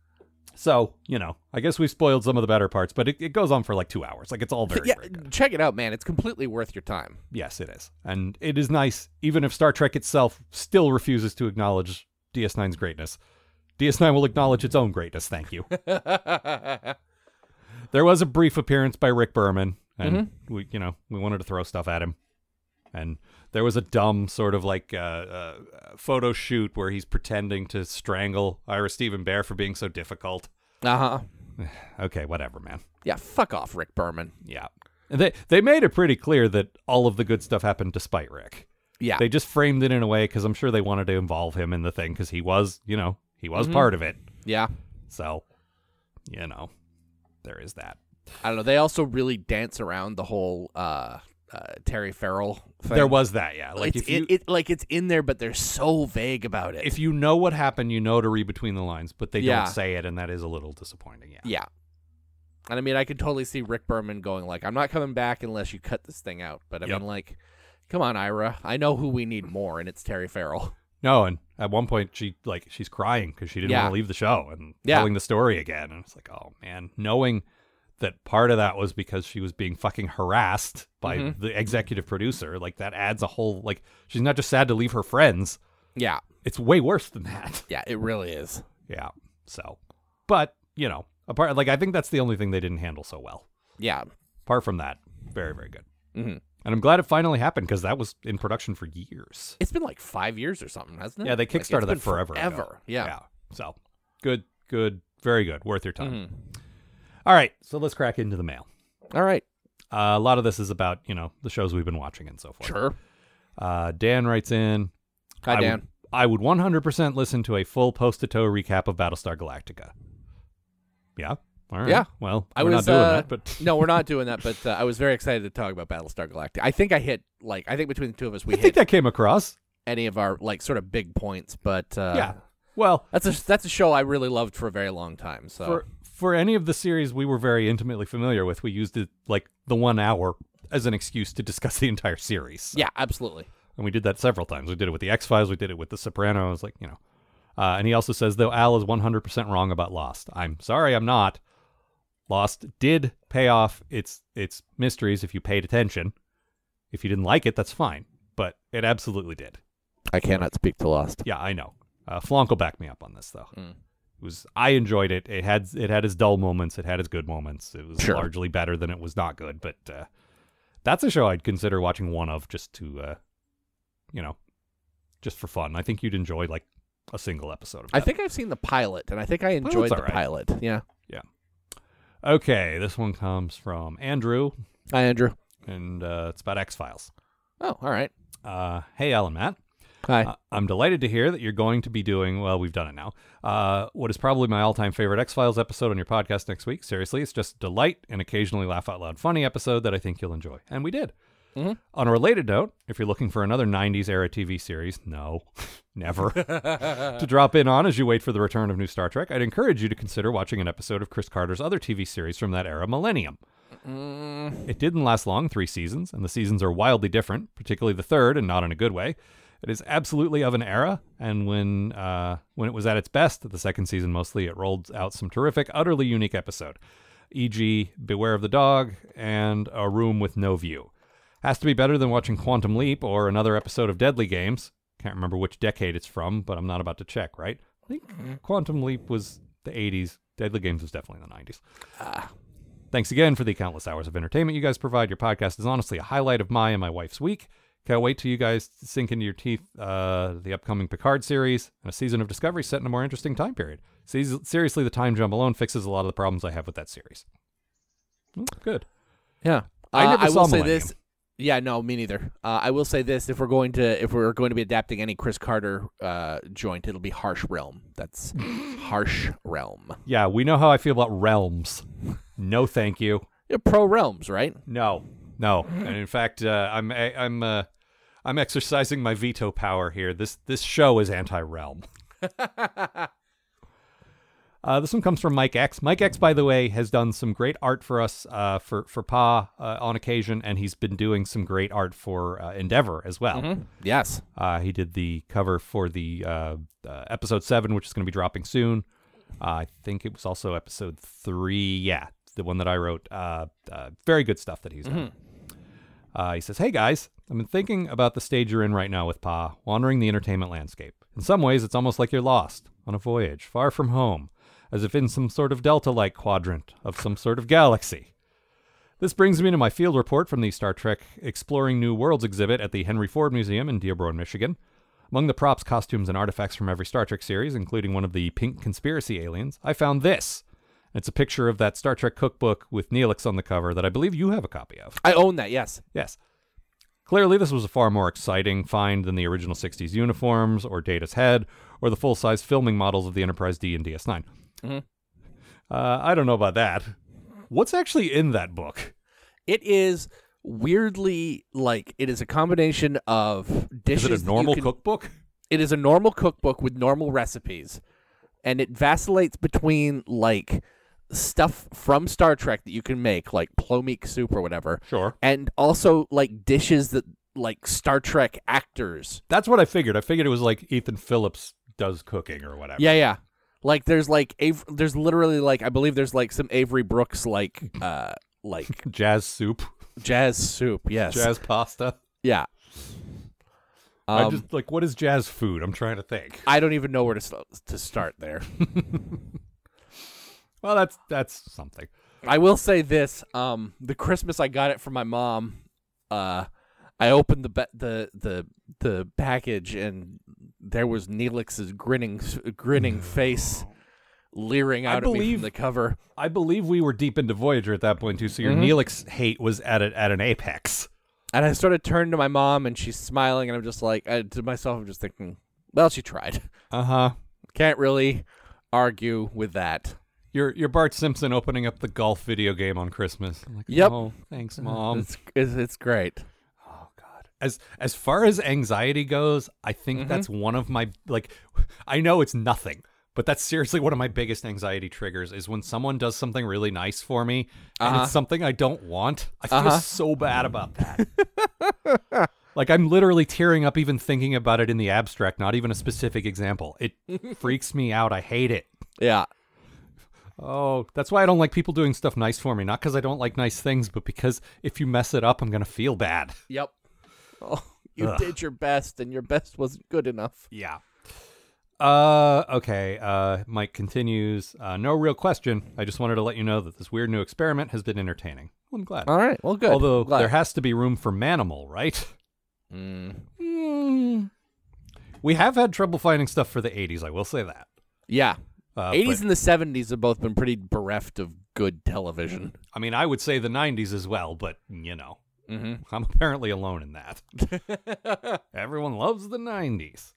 So you know, I guess we spoiled some of the better parts, but it, it goes on for like two hours. Like it's all very,
yeah,
very good.
check it out, man. It's completely worth your time.
Yes, it is, and it is nice. Even if Star Trek itself still refuses to acknowledge DS9's greatness, DS9 will acknowledge its own greatness. Thank you. there was a brief appearance by Rick Berman, and we, you know, we wanted to throw stuff at him. And there was a dumb sort of like uh, uh, photo shoot where he's pretending to strangle Ira Stephen Bear for being so difficult.
Uh-huh.
Okay, whatever, man.
Yeah, fuck off, Rick Berman.
Yeah, and they they made it pretty clear that all of the good stuff happened despite Rick.
Yeah.
They just framed it in a way because I'm sure they wanted to involve him in the thing because he was, you know, he
Mm-hmm.
was part of it.
yeah.
So, you know, there is that.
I don't know. They also really dance around the whole uh, uh, Terry Farrell thing.
There was that, yeah. Like
like it's,
if you,
it, it, like it's in there, but they're so vague about it.
if you know what happened, you know to read between the lines, but they
Yeah.
don't say it, and that is a little disappointing. Yeah.
yeah, and I mean, I could totally see Rick Berman going like, "I'm not coming back unless you cut this thing out." But I
Yep.
mean, like, come on, Ira. I know who we need more, and it's Terry Farrell.
No, and at one point she like she's crying because she didn't
Yeah.
want to leave the show and
Yeah.
telling the story again, and it's like, oh man, knowing that part of that was because she was being fucking harassed by
Mhm.
the executive producer, like that adds a whole like she's not just sad to leave her friends.
Yeah,
It's way worse than that.
yeah, it really is.
yeah. So, but you know, apart like I think that's the only thing they didn't handle so well.
Yeah,
Apart from that, very very good.
Mhm.
And I'm glad it finally happened because that was in production for years.
it's been like five years or something, hasn't it?
Yeah, they
Like, it's
kickstarted
been
that forever. ago.
Ever. Yeah.
So good, good, very good. Worth your time.
Mhm.
All right. So let's crack into the mail.
All right.
Uh, a lot of this is about, you know, the shows we've been watching and so forth.
Sure.
Uh, Dan writes in
Hi,
I
Dan.
Would, I would 100% listen to a full post to toe recap of Battlestar Galactica. Yeah. All right.
Yeah.
Well,
I
we're
was,
not doing
uh,
that, but
no, we're not doing that. But uh, I was very excited to talk about Battlestar Galactica. I think I hit like I think between the two of us we
I think
hit
that came across.
any of our like sort of big points. But uh,
yeah. Well,
that's a that's a show I really loved for a very long time. So
for for any of the series we were very intimately familiar with, we used it like the one hour as an excuse to discuss the entire series. So.
yeah, absolutely.
And we did that several times. We did it with the X Files. We did it with the Sopranos. Like you know. Uh, and he also says though Al is 100% wrong about Lost. I'm sorry, I'm not. Lost did pay off its its mysteries if you paid attention. If you didn't like it, that's fine. But it absolutely did.
I cannot speak to Lost.
Yeah, I know. Uh, Flonk will back me up on this though.
Mm.
It was I enjoyed it. It had it had its dull moments. It had its good moments. It was
Sure.
largely better than it was not good. But uh, that's a show I'd consider watching one of just to, uh, you know, just for fun. I think you'd enjoy like a single episode of that.
I think I've seen the pilot, and I think I
Pilot's
enjoyed the
alright.
pilot. Yeah.
Okay, this one comes from Andrew.
Hi, Andrew.
and uh, it's about X Files.
Oh, all right.
Uh, hey, Alan Matt.
Hi.
Uh, I'm delighted to hear that you're going to be doing, well, we've done it now, uh, what is probably my all time favorite X Files episode on your podcast next week. Seriously, it's just a delight and occasionally laugh out loud funny episode that I think you'll enjoy. And we did.
Mhm.
On a related note, if you're looking for another 90s era TV series, no, never, to drop in on as you wait for the return of new Star Trek, I'd encourage you to consider watching an episode of Chris Carter's other TV series from that era, Millennium. It didn't last long, three seasons, and the seasons are wildly different, particularly the third, and not in a good way. It is absolutely of an era, and when uh, when it was at its best, the second season mostly, it rolled out some terrific, utterly unique episode, e.g., "Beware of the Dog" and "A Room with No View." Has to be better than watching Quantum Leap or another episode of Deadly Games. Can't remember which decade it's from, but I'm not about to check. Right? I think Quantum Leap was the 80s. Deadly Games was definitely the 90s. Thanks again for the countless hours of entertainment you guys provide. Your podcast is honestly a highlight of my and my wife's week. Can't wait till you guys sink into your teeth uh, the upcoming Picard series and a season of Discovery set in a more interesting time period. Se- seriously, the time jump alone fixes a lot of the problems I have with that series. Mm, Good.
Yeah,
I
Uh,
never
I
saw
will say
Millennium.
this. Yeah, no, me neither. Uh, I will say this: if we're going to if we're going to be adapting any Chris Carter uh, joint, it'll be Harsh Realm. That's Harsh Realm.
Yeah, we know how I feel about realms. No, thank you.
Yeah, pro realms, right?
No, no. And in fact, uh, I'm I, I'm uh, I'm exercising my veto power here. This this show is anti-realm. Uh, this one comes from Mike X. Mike X, by the way, has done some great art for us uh, for for Pa uh, on occasion, and he's been doing some great art for uh, Endeavor as well.
Yes.
Uh, he did the cover for the uh, uh, episode seven, which is going to be dropping soon. Uh, I think it was also episode three. Yeah, the one that I wrote. Uh, uh, very good stuff that he's done. Uh, he says, Hey guys, I've been thinking about the stage you're in right now with Pa, wandering the entertainment landscape. In some ways, it's almost like you're lost on a voyage, far from home, as if in some sort of delta like quadrant of some sort of galaxy. This brings me to my field report from the Star Trek Exploring New Worlds exhibit at the Henry Ford Museum in Dearborn, Michigan. Among the props, costumes, and artifacts from every Star Trek series, including one of the pink conspiracy aliens, I found this. It's a picture of that Star Trek cookbook with Neelix on the cover that I believe you have a copy of.
I own that. Yes.
Yes. Clearly, this was a far more exciting find than the original 60s uniforms, or Data's head, or the full size filming models of the Enterprise D and DS9. Uh, I don't know about that. What's actually in that book?
It is weirdly like it is a combination of
Is
dishes.
it a
that you
normal
can-
cookbook?
It is a normal cookbook with normal recipes, and it vacillates between like stuff from Star Trek that you can make, like plomeek soup or whatever,
Sure.
and also like dishes that like Star Trek actors.
That's what I figured. I figured it was like Ethan Phillips does cooking or whatever.
Yeah, yeah. Like there's like Av- there's literally like I believe there's like some Avery Brooks like uh like
Jazz soup,
jazz soup. Yes.
jazz pasta.
Yeah.
I
Um,
just like what is jazz food? I'm trying to think.
I don't even know where to st- to start there.
Well, that's that's something.
I will say this: um, the Christmas I got it from my mom, uh, I opened the ba- the the the package and there was Neelix's grinning s- grinning face, leering
I
out at me
believe-
from the cover.
I believe we were deep into Voyager at that point too, so your
Mm-hmm.
Neelix hate was at a, at an apex.
And I sort of turned to my mom and she's smiling, and I'm just like, I, to myself, I'm just thinking, well, she tried.
Uh
Uh-huh.
huh.
Can't really argue with that.
You're you're Bart Simpson opening up the golf video game on Christmas. I'm like,
Yep. Uh-huh.
Oh, thanks, mom.
it's, it's it's great.
Oh God. As as far as anxiety goes, I think that's one of my like I know it's nothing, but that's seriously one of my biggest anxiety triggers is when someone does something really nice for me and it's something I don't want. I feel
Uh-huh.
so bad about that. like I'm literally tearing up even thinking about it in the abstract, not even a specific example. It freaks me out. I hate it.
Yeah.
Oh, that's why I don't like people doing stuff nice for me. Not because I don't like nice things, but because if you mess it up, I'm gonna feel bad.
Yep. Oh, you
Ugh.
did your best, and your best wasn't good enough.
Yeah. Uh, okay. Uh, Mike continues. Uh, no real question. I just wanted to let you know that this weird new experiment has been entertaining. Well, I'm glad.
All right. Well, good.
Although
Glad.
there has to be room for Manimal, right?
Mm.
Mm. We have had trouble finding stuff for the 80s. I will say that.
Yeah.
Uh,
80s
but-
and the 70s have both been pretty bereft of good television.
I mean, I would say the 90s as well, but you know,
Mm-hmm.
I'm apparently alone in that. Everyone loves the '90s.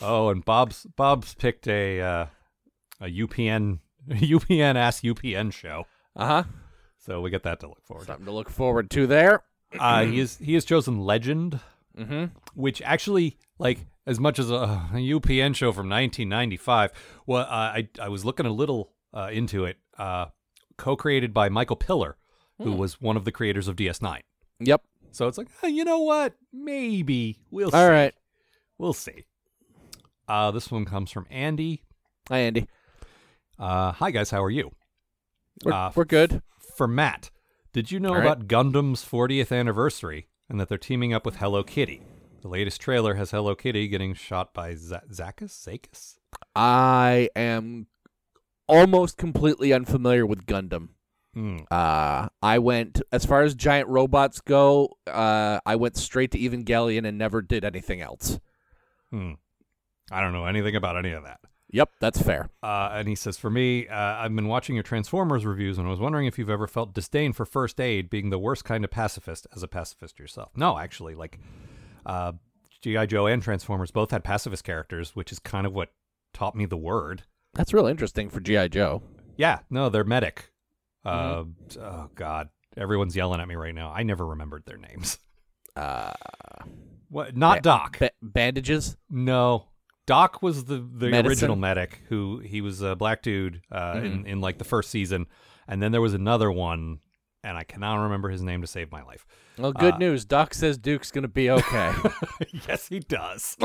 Oh, and Bob's Bob's picked a uh, a UPN UPN ass UPN show,
Uh huh.
so we get that to look forward to.
Something to look forward to there.
Uh, he is he has chosen Legend,
Mm-hmm.
which actually like as much as a, a UPN show from 1995. Well, uh, I I was looking a little uh, into it. Uh, co-created by Michael Piller, who was one of the creators of DS9.
Yep.
So it's like, "Huh, you know what? Maybe we'll
All
see.
right.
We'll see. Uh, this one comes from Andy.
Hi, Andy.
Uh, hi guys, how are you?
We're,
Uh,
we're good.
For Matt, did you know
All right.
about Gundam's 40th anniversary and that they're teaming up with Hello Kitty? The latest trailer has Hello Kitty getting shot by Z- Zakus. Zakus?
I am almost completely unfamiliar with Gundam.
Hmm.
Uh, I went as far as giant robots go. Uh, I went straight to Evangelion and never did anything else.
Hmm. I don't know anything about any of that.
Yep, that's fair.
Uh, and he says, For me, uh, I've been watching your Transformers reviews and I was wondering if you've ever felt disdain for first aid being the worst kind of pacifist as a pacifist yourself. No, actually, like uh, G.I. Joe and Transformers both had pacifist characters, which is kind of what taught me the word.
That's real interesting for GI Joe.
Yeah, no, they're medic. Uh, Oh, God. Everyone's yelling at me right now. I never remembered their names.
Uh,
What? Not
Yeah,
Doc.
ba- bandages.
No. Doc was the, the
Medicine?
original medic who he was a black dude uh, in,
Mhm.
in like the first season. And then there was another one, and I cannot remember his name to save my life.
Well, good
Uh,
news. Doc says Duke's gonna be okay.
yes, he does.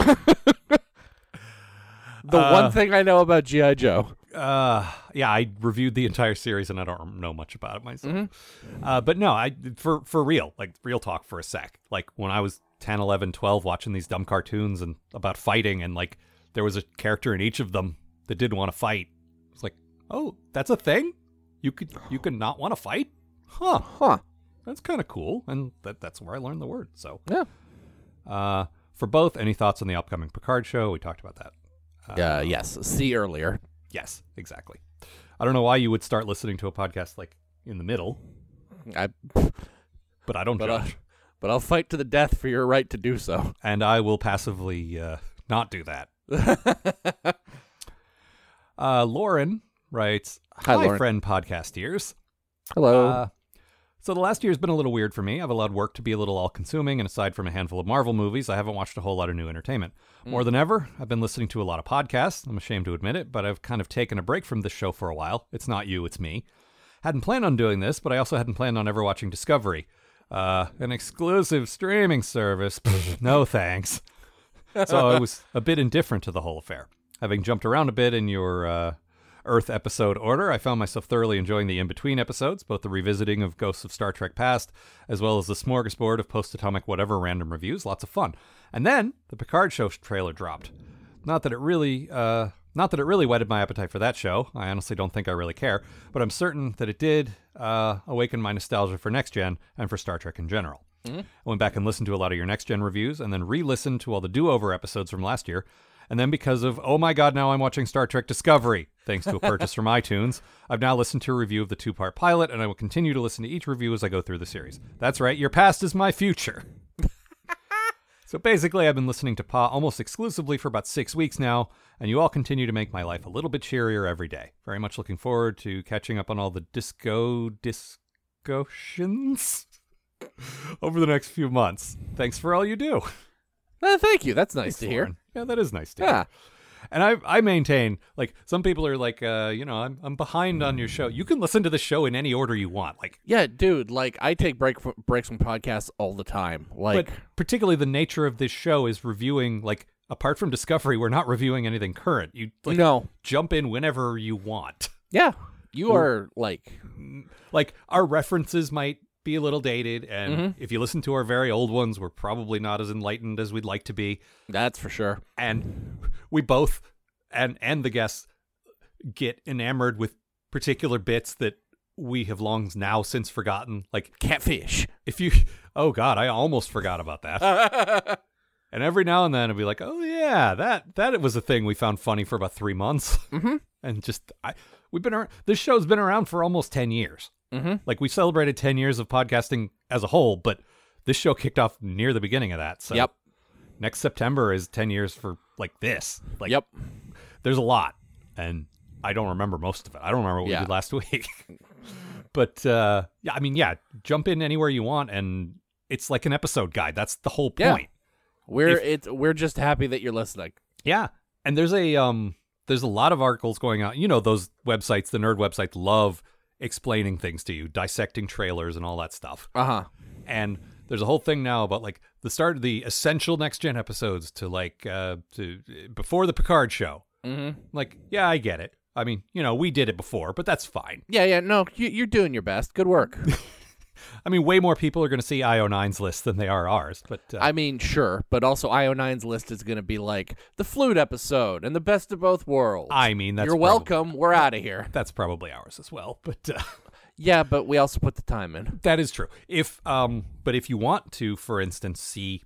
the
Uh,
one thing I know about GI Joe.
uh, yeah, I reviewed the entire series and I don't know much about it myself.
Mm-hmm.
Uh, but no, I for for real, like real talk for a sec. Like when I was 10, 11, 12 watching these dumb cartoons and about fighting and like there was a character in each of them that did want to fight. It's like, "Oh, that's a thing? You could you could not want to fight?" Huh.
Huh.
That's kind of cool and that that's where I learned the word. So,
Yeah.
uh for both any thoughts on the upcoming Picard show? We talked about that.
Uh, yes. See earlier.
Yes, exactly. I don't know why you would start listening to a podcast like in the middle,
I,
but I don't
but uh,
judge.
I, but I'll fight to the death for your right to do so.
and I will passively uh, not do that. Uh, Lauren writes, "Hi,
Lauren."
friend podcast ears.
Hello.
Uh, so the last year's been a little weird for me. I've allowed work to be a little all-consuming, and aside from a handful of Marvel movies, I haven't watched a whole lot of new entertainment. More than ever, I've been listening to a lot of podcasts. I'm ashamed to admit it, but I've kind of taken a break from this show for a while. It's not you, it's me. Hadn't planned on doing this, but I also hadn't planned on ever watching Discovery, uh, an exclusive streaming service. Pfft, no thanks. So I was a bit indifferent to the whole affair. Having jumped around a bit in your uh, Earth episode order, I found myself thoroughly enjoying the in between episodes, both the revisiting of Ghosts of Star Trek Past, as well as the smorgasbord of post atomic whatever random reviews. Lots of fun. And then the Picard show trailer dropped. Not that it really, uh, not that it really whetted my appetite for that show. I honestly don't think I really care, but I'm certain that it did uh, awaken my nostalgia for next gen and for Star Trek in general. I went back and listened to a lot of your next gen reviews, and then re-listened to all the do-over episodes from last year. And then because of oh my god, now I'm watching Star Trek Discovery, thanks to a purchase from iTunes, I've now listened to a review of the two-part pilot, and I will continue to listen to each review as I go through the series. That's right, your past is my future. So basically, I've been listening to Pa almost exclusively for about six weeks now, and you all continue to make my life a little bit cheerier every day. Very much looking forward to catching up on all the disco discussions over the next few months. Thanks for all you do.
Uh, thank you. That's nice
Thanks,
to hear.
Lauren. Yeah, that is nice to hear.
Yeah.
And I, I maintain, like, some people are like, uh, you know, I'm, I'm behind on your show. You can listen to the show in any order you want. Like,
Yeah, dude. Like I take break from, breaks from podcasts all the time. Like
but particularly the nature of this show is reviewing, like, apart from Discovery, we're not reviewing anything current. You, like,
no.
jump in whenever you want.
Yeah, you are like
Like our references might be a little dated, and
Mm-hmm.
if you listen to our very old ones, we're probably not as enlightened as we'd like to be.
that's for sure.
And we both, and and the guests, get enamored with particular bits that we have long now since forgotten. Like
Catfish.
if you, oh god, I almost forgot about that. And every now and then I'd be like, "Oh yeah, that that was a thing we found funny for about three months." Mm-hmm. And just I, we've been around, this show's been around for almost ten years.
Mhm.
Like we celebrated ten years of podcasting as a whole, but This show kicked off near the beginning of that. So
Yep.
next September is 10 years for like this. Like
yep.
there's a lot and i don't remember most of it i don't remember what
Yeah.
we did last week but uh yeah i mean yeah jump in anywhere you want and it's like an episode guide that's the whole
Yeah.
point
We're it's we're just happy that you're listening.
yeah and there's a um there's a lot of articles going out you know those websites the nerd websites love explaining things to you dissecting trailers and all that stuff
Uh huh.
and there's a whole thing now about like the start of the essential next gen episodes to like uh to before the picard show
Mm-hmm.
like yeah i get it i mean you know we did it before but that's fine
Yeah, yeah. No, you, you're doing your best. Good work.
I mean, way more people are going to see IO9's list than they are ours. But uh,
I mean, sure, but also IO9's list is going to be like the flute episode and the best of both worlds.
I mean, that's
you're
probab-
welcome. We're out of here.
That's probably ours as well. But uh,
Yeah, but we also put the time in.
that is true. If um, but if you want to, for instance, see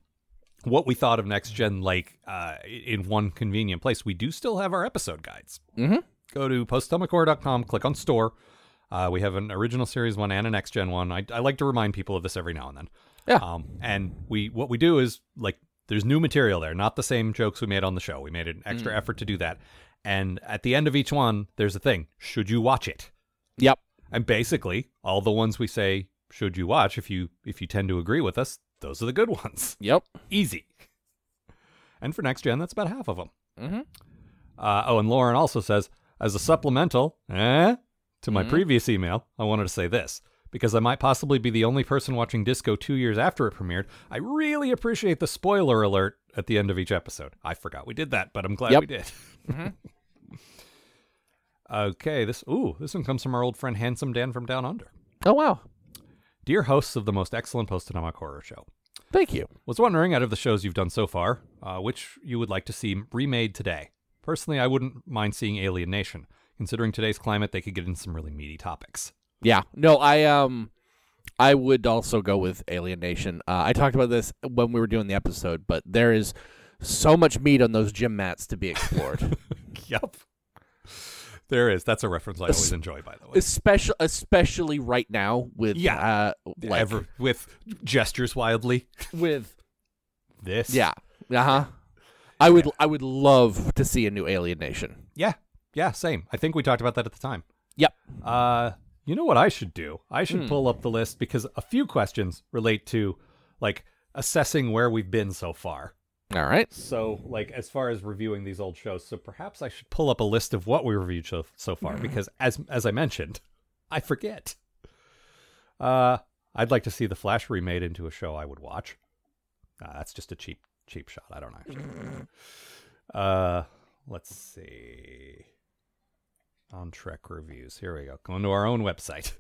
what we thought of next gen, like uh, in one convenient place, we do still have our episode guides.
Mhm.
Go to postdomachorror.com, click on store. Uh, we have an original series one and a next gen one. I, I like to remind people of this every now and then.
Yeah.
Um, and we what we do is like there's new material there, not the same jokes we made on the show. We made an extra effort to do that. And at the end of each one, there's a thing. Should you watch it?
Yep.
And basically, all the ones we say should you watch, if you if you tend to agree with us, those are the good ones.
Yep.
Easy. And for next gen, that's about half of them.
Mm-hmm.
Uh, oh, and Lauren also says, as a supplemental, eh, to
Mm-hmm.
my previous email, I wanted to say this. Because I might possibly be the only person watching Disco two years after it premiered, I really appreciate the spoiler alert at the end of each episode. I forgot we did that, but I'm glad
Yep. Mm-hmm.
we did. okay, this ooh, this one comes from our old friend Handsome Dan from Down Under.
Oh wow.
Dear hosts of the most excellent post-anomic horror show.
Thank you.
Was wondering, out of the shows you've done so far, uh, which you would like to see remade today? Personally, I wouldn't mind seeing Alien Nation. Considering today's climate, they could get into some really meaty topics.
Yeah. No, I um I would also go with Alien Nation. Uh, I talked about this when we were doing the episode, but there is so much meat on those gym mats to be explored.
Yep. There is. That's a reference I always enjoy, by the way.
especially especially right now with
Yeah.
uh like,
Ever, with gestures wildly.
with
This.
yeah. Uh-huh. I would I would love to see a new Alien Nation.
Yeah. Yeah. Same. I think we talked about that at the time.
Yep.
Uh, you know what I should do? I
Hmm.
should pull up the list because a few questions relate to, like, assessing where we've been so far.
All right.
So, like, as far as reviewing these old shows, so perhaps I should pull up a list of what we reviewed so, so far, because as as I mentioned, I forget. Uh, I'd like to see the Flash remade into a show I would watch. Uh, that's just a cheap cheap shot. I don't actually. uh, let's see. On Trek reviews. Here we go. Going to our own website.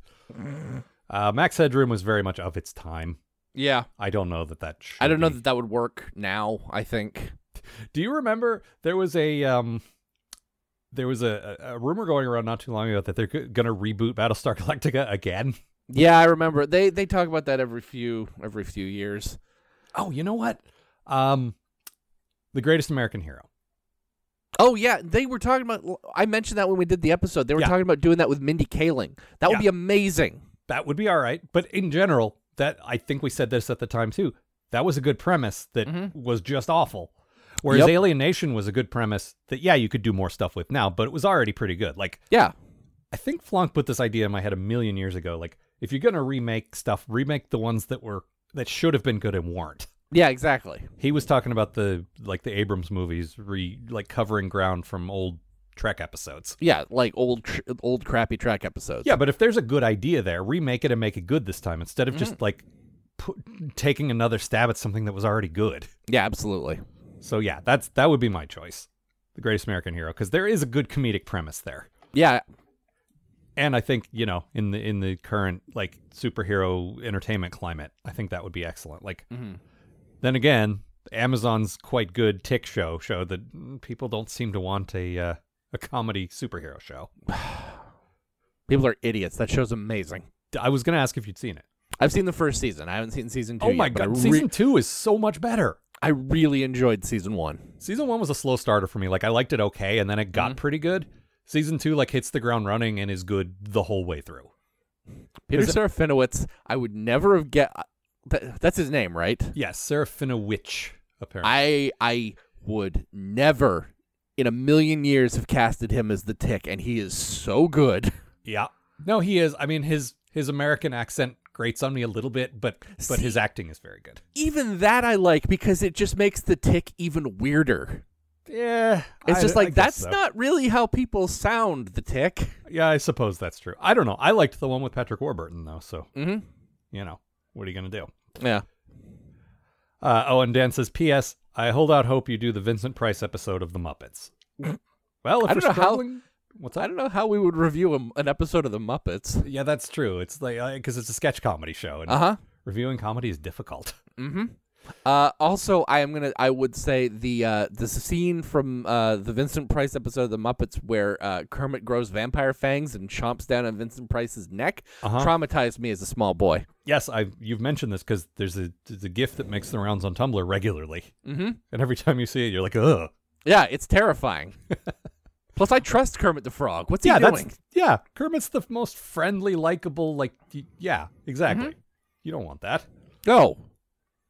Uh, Max Headroom was very much of its time.
Yeah.
I don't know that that. Should
I don't know
be-
that that would work now, I think.
do you remember there was a um there was a, a a rumor going around not too long ago that they're go- gonna reboot Battlestar Galactica again?
Yeah, I remember. They they talk about that every few every few years.
Oh, you know what? Um, the Greatest American Hero.
Oh yeah, they were talking about. I mentioned that when we did the episode. They were
Yeah.
talking about doing that with Mindy Kaling. That would
Yeah.
be amazing.
That would be all right, but in general, that I think we said this at the time too. That was a good premise that was just awful. Whereas
Yep.
Alien Nation was a good premise that yeah, you could do more stuff with now, but it was already pretty good. Like
Yeah,
I think Flonk put this idea in my head a million years ago. Like if you're gonna remake stuff, remake the ones that were that should have been good and weren't.
yeah, exactly.
He was talking about the like the Abrams movies re like covering ground from old Trek episodes.
Yeah, like old tr- old crappy track episodes.
Yeah, but if there's a good idea there, remake it and make it good this time instead of just like pu- taking another stab at something that was already good.
yeah, absolutely.
So yeah, that's that would be my choice. The Greatest American Hero because there is a good comedic premise there.
Yeah,
And I think, you know, in the in the current like superhero entertainment climate, I think that would be excellent. Like
Mm-hmm.
Then again, Amazon's quite good tick show show that mm, people don't seem to want a uh, a comedy superhero show.
people are idiots. That show's amazing.
D- I was going to ask if you'd seen it.
I've seen the first season. I haven't seen season two.
oh my
yet, but I
god,
re-
season 2 is so much better.
I really enjoyed season one.
Season 1 was a slow starter for me. Like I liked it okay and then it
Mm-hmm.
got pretty good. Season 2 like hits the ground running and is good the whole way through.
Peter
Is it-
Serafinowicz. I would never have get. Th- that's his name, right?
Yes, Serafina Witch, apparently.
I I would never in a million years have casted him as the tick, and he is so good.
yeah. No, he is. I mean, his his American accent grates on me a little bit, but but his
See-
acting is very good.
Even that I like because it just makes the tick even weirder.
Yeah.
It's
I-
just
I
like
guess
that's
so.
not really how people sound the tick.
Yeah, I suppose that's true. I don't know. I liked the one with Patrick Warburton though, so
Mhm.
you know, what are you gonna do?
Yeah.
Uh, oh, and Dan says, "P.S. I hold out hope you do the Vincent Price episode of the Muppets." well, if
I
we're
don't know how-
struggling, what's
I
that?
don't know how we would review a, an episode of the Muppets.
Yeah, that's true. It's like because it's a sketch comedy show, and
Uh-huh.
reviewing comedy is difficult.
Mm-hmm. Uh, also, I am gonna. I would say the uh, the scene from uh, the Vincent Price episode of The Muppets where uh, Kermit grows vampire fangs and chomps down on Vincent Price's neck
Uh-huh.
traumatized me as a small boy.
yes, I you've mentioned this because there's a there's a gif that makes the rounds on Tumblr regularly,
Mm-hmm.
and every time you see it, you're like, "Ugh."
Yeah, it's terrifying. Plus, I trust Kermit the Frog. What's
yeah,
he doing?
that's yeah. Kermit's the most friendly, likable. Like, y- yeah, exactly. You don't want that.
No.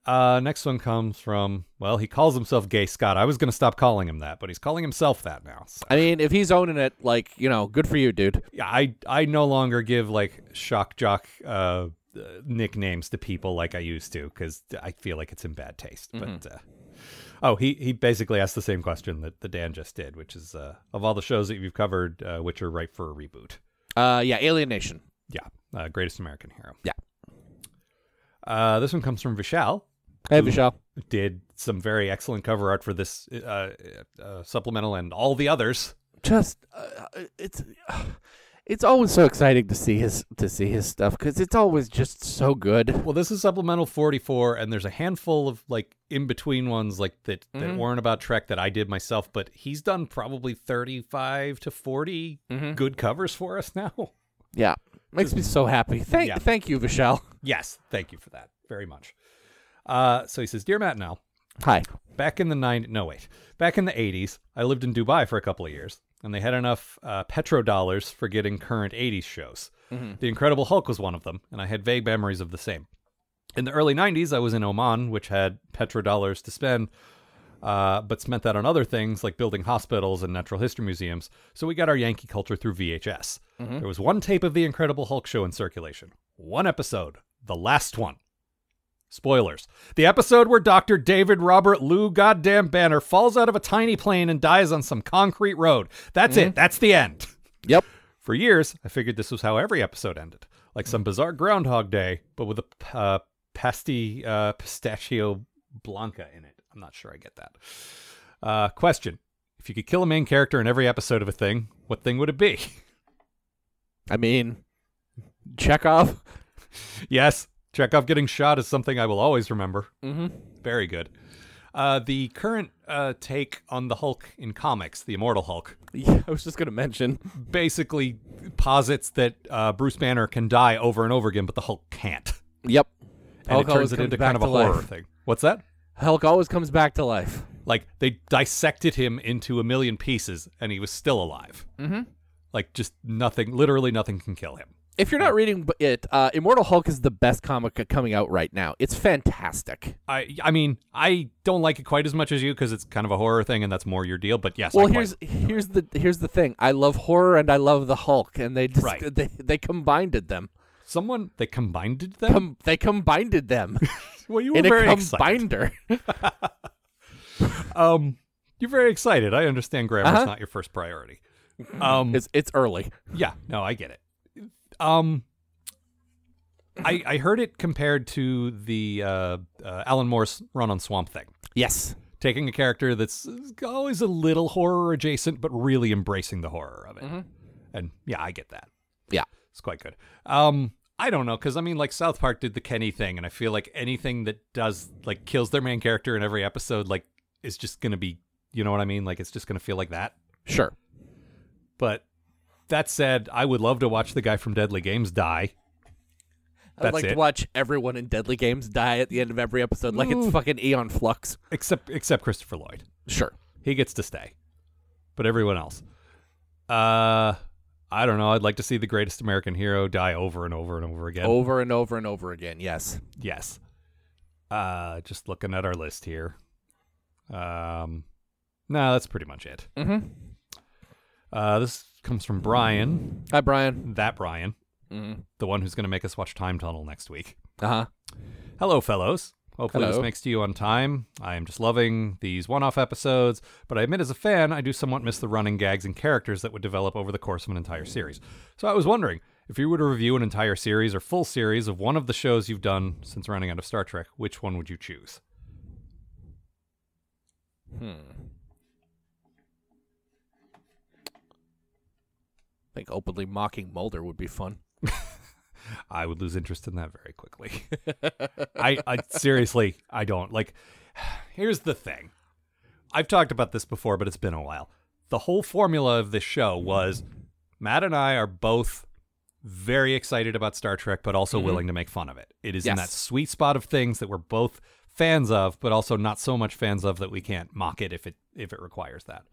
Uh, next one comes from well, he calls himself Gay Scott. I was gonna stop calling him that, but he's calling himself that now. So.
I mean, if he's owning it, like you know, good for you, dude.
Yeah, I I no longer give like shock jock uh, uh, nicknames to people like I used to because I feel like it's in bad taste. But uh, oh, he he basically asked the same question that the Dan just did, which is uh, of all the shows that you've covered, uh, which are ripe for a reboot?
Uh, yeah, Alien Nation.
Yeah, uh, Greatest American Hero.
Yeah.
Uh, this one comes from Vishal.
Hey, Vishal.
Did some very excellent cover art for this uh, uh, supplemental and all the others.
just uh, it's it's always so exciting to see his to see his stuff because it's always just so good.
Well, this is supplemental 44, and there's a handful of like in between ones like that that weren't about Trek that I did myself, but he's done probably 35 to 40 good covers for us now.
Yeah, makes me so happy. Thank
Yeah.
thank you, Vishal.
yes, thank you for that very much. Uh, so he says, Dear Matt, now
Hi.
back in the nine no wait back in the 80s i lived in dubai for a couple of years and they had enough uh, petrodollars for getting current 80s shows the incredible hulk was one of them and i had vague memories of the same in the early 90s i was in oman which had petrodollars to spend uh, but spent that on other things like building hospitals and natural history museums so we got our yankee culture through vhs there was one tape of the incredible hulk show in circulation one episode the last one Spoilers. The episode where Dr. David Robert Lou Goddamn Banner falls out of a tiny plane and dies on some concrete road. That's it. That's the end.
Yep.
For years, I figured this was how every episode ended like some bizarre Groundhog Day, but with a uh, pasty uh, pistachio blanca in it. I'm not sure I get that. Uh, question If you could kill a main character in every episode of a thing, what thing would it be?
I mean, Chekhov.
yes, Chekhov getting shot is something I will always remember.
Mm-hmm.
Very good. Uh, the current uh, take on the Hulk in comics, the Immortal Hulk,
Yeah, I was just gonna mention.
basically posits that uh, Bruce Banner can die over and over again, but the Hulk can't.
Yep.
And
Hulk
it
always
turns it
comes
into
back
kind of a
to life.
horror thing. What's that?
Hulk always comes back to life.
Like they dissected him into a million pieces, and he was still alive. Mm-hmm. Like just nothing, literally nothing can kill him.
If you're not reading b- it, uh, Immortal Hulk is the best comic coming out right now. It's fantastic.
I, I mean, I don't like it quite as much as you because it's kind of a horror thing, and that's more your deal. But yes, I
Well,
quite-
here's here's the here's the thing. I love horror and I love the Hulk, and they just
Right.
they they combined them.
someone they combined them.
Com- they combined them
well, you were
in a
very excited.
combinder.
Um, you're very excited. I understand grammar's
Uh-huh.
not your first priority. Um,
it's it's early.
yeah, no, I get it. Um, I I heard it compared to the uh, uh, Alan Moore's run on Swamp Thing,
Yes.
taking a character that's always a little horror adjacent, but really embracing the horror of it.
Mm-hmm.
And yeah, I get that.
Yeah.
It's quite good. Um, I don't know because I mean, like South Park did the Kenny thing, and I feel like anything that does like kills their main character in every episode, like, is just gonna be, you know what I mean? Like, it's just gonna feel like that.
Sure.
But that said, I would love to watch the guy from Deadly Games die.
I'd
That's
like
it.
to watch everyone in Deadly Games die at the end of every episode, like it's fucking Eon Flux.
Except except Christopher Lloyd,
Sure.
he gets to stay, but everyone else, uh, I don't know. I'd like to see the greatest American hero die over and over and over again.
Over and over and over again. Yes.
Yes. Uh, just looking at our list here. Um, no, that's pretty much it.
Mm-hmm.
Uh, this comes from Brian.
Hi, Brian.
That Brian,
Mm.
the one who's going to make us watch Time Tunnel next week.
Uh huh.
Hello, fellows. Hopefully,
Hello.
this makes to you on time. I am just loving these one off episodes, but I admit as a fan, I do somewhat miss the running gags and characters that would develop over the course of an entire series. So I was wondering if you were to review an entire series or full series of one of the shows you've done since running out of Star Trek, which one would you choose?
Hmm. I think openly mocking Mulder would be fun.
I would lose interest in that very quickly. I, I seriously, I don't like. Here's the thing. I've talked about this before, but it's been a while. The whole formula of this show was Matt and I are both very excited about Star Trek, but also willing to make fun of it. It is in
Yes.
that sweet spot of things that we're both fans of, but also not so much fans of that we can't mock it if it if it requires that.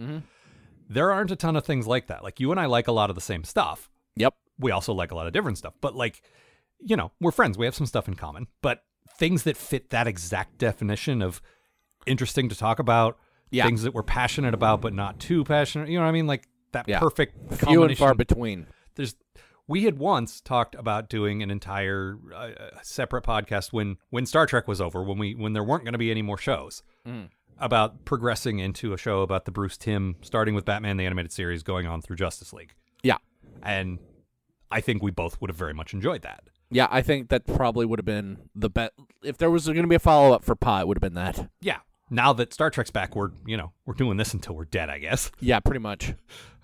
There aren't a ton of things like that. Like you and I like a lot of the same stuff
Yep.
we also like a lot of different stuff, but like, you know, we're friends. We have some stuff in common, but things that fit that exact definition of interesting to talk about,
Yeah.
things that we're passionate about, but not too passionate. You know what I mean? Like that
Yeah.
perfect
Few and
combination
far between.
there's we had once talked about doing an entire uh, uh, separate podcast when when Star Trek was over when we when there weren't going to be any more shows
Mm.
about progressing into a show about the Bruce Tim starting with Batman the animated series going on through Justice League.
Yeah.
And I think we both would have very much enjoyed that.
Yeah, I think that probably would have been the best. If there was going to be a follow up for Pa, it would have been that.
Yeah. Now that Star Trek's back, we're, you know, we're doing this until we're dead, I guess.
Yeah, pretty much.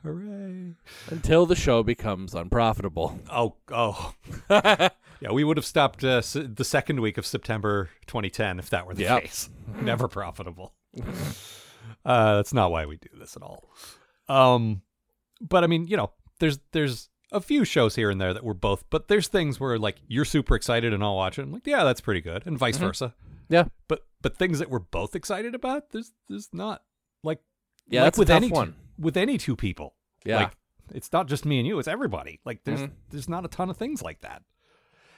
Hooray.
Until the show becomes unprofitable.
Oh, oh. yeah, we would have stopped uh, s- the second week of September 2010 if that were the
Yep.
case. Never profitable. uh, that's not why we do this at all. Um, but I mean, you know, there's there's a few shows here and there that we're both, but there's things where like you're super excited and I'll watch it. and I'm like, yeah, that's pretty good, and vice versa.
Yeah.
But but things that we're both excited about, there's there's not like
Yeah,
like
that's a
with
tough
any two-
one.
with any two people.
Yeah. Mm-hmm.
Like, it's not just me and you, it's everybody. Like there's there's not a ton of things like that.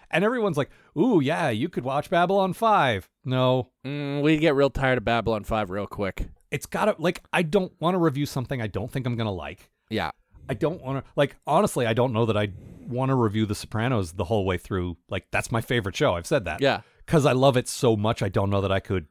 And everyone's like, "Ooh, yeah, you could watch Babylon 5." No,
Mm, we get real tired of Babylon 5 real quick.
it's got to like I don't want to review something I don't think I'm going to like.
Yeah.
I don't want to like honestly, I don't know that I want to review The Sopranos the whole way through. Like that's my favorite show. I've said that.
Yeah.
Cuz I love it so much, I don't know that I could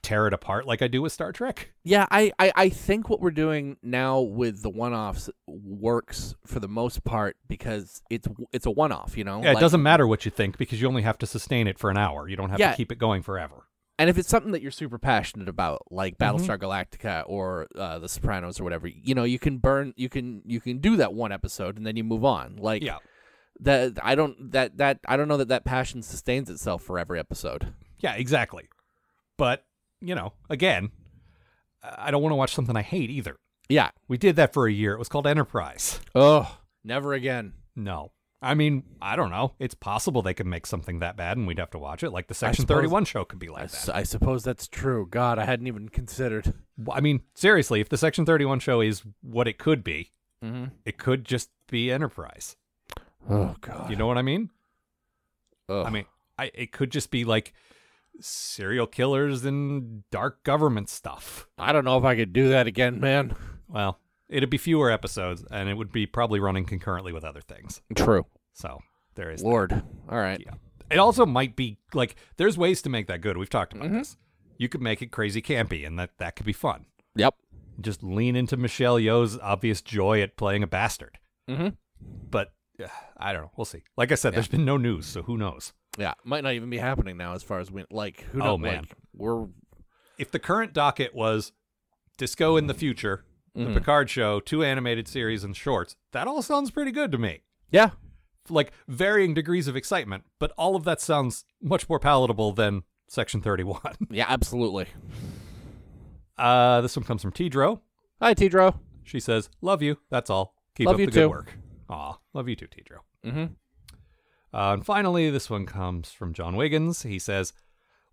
tear it apart like I do with Star Trek.
Yeah, I, I, I think what we're doing now with the one offs works for the most part because it's it's a one off, you know?
Yeah, it
Like-
doesn't matter what you think because you only have to sustain it for an hour. You don't have
Yeah.
to keep it going forever.
And if it's something that you're super passionate about, like Battlestar
Mm-hmm.
Galactica or uh, The Sopranos or whatever, you know, you can burn, you can you can do that one episode and then you move on. Like
Yeah.
that, I don't that that I don't know that that passion sustains itself for every episode.
Yeah, exactly. But, you know, again, I I don't want to watch something I hate either.
Yeah.
We did that for a year. It was called Enterprise.
Oh, never again.
No. I mean, I don't know. It's possible they could make something that bad and we'd have to watch it. Like the Section
suppose-
31 show could be
I,
like
s-
that.
I suppose that's true. God, I hadn't even considered.
Well, I mean, seriously, if the Section 31 show is what it could be,
Mm-hmm.
it could just be Enterprise.
Oh God.
You know what I mean?
Ugh.
I mean, I, it could just be like serial killers and dark government stuff.
I don't know if I could do that again, man.
Well, it'd be fewer episodes, and it would be probably running concurrently with other things.
True.
So there is.
Lord. All right.
Yeah. It also might be like there's ways to make that good. We've talked about this. You could make it crazy campy, and that that could be fun.
Yep.
Just lean into Michelle Yeoh's obvious joy at playing a bastard.
Mhm.
But uh, I don't know. We'll see. Like I said, there's been no news, so who knows?
Yeah. Might not even be happening now, as far as we like. Who
Oh,
knows?
man.
Like, we're
If the current docket was Disco in the Future, the Picard show, two animated series, and shorts, that all sounds pretty good to me.
yeah.
like varying degrees of excitement, but all of that sounds much more palatable than Section 31.
Yeah, absolutely.
Uh, this one comes from Tidro.
Hi, Tidro.
She says, "Love you. That's all. Keep
Love
up
you
the
too.
good work." Aw, love you too, Tidro.
Mhm.
Uh, and finally, this one comes from John Wiggins. He says,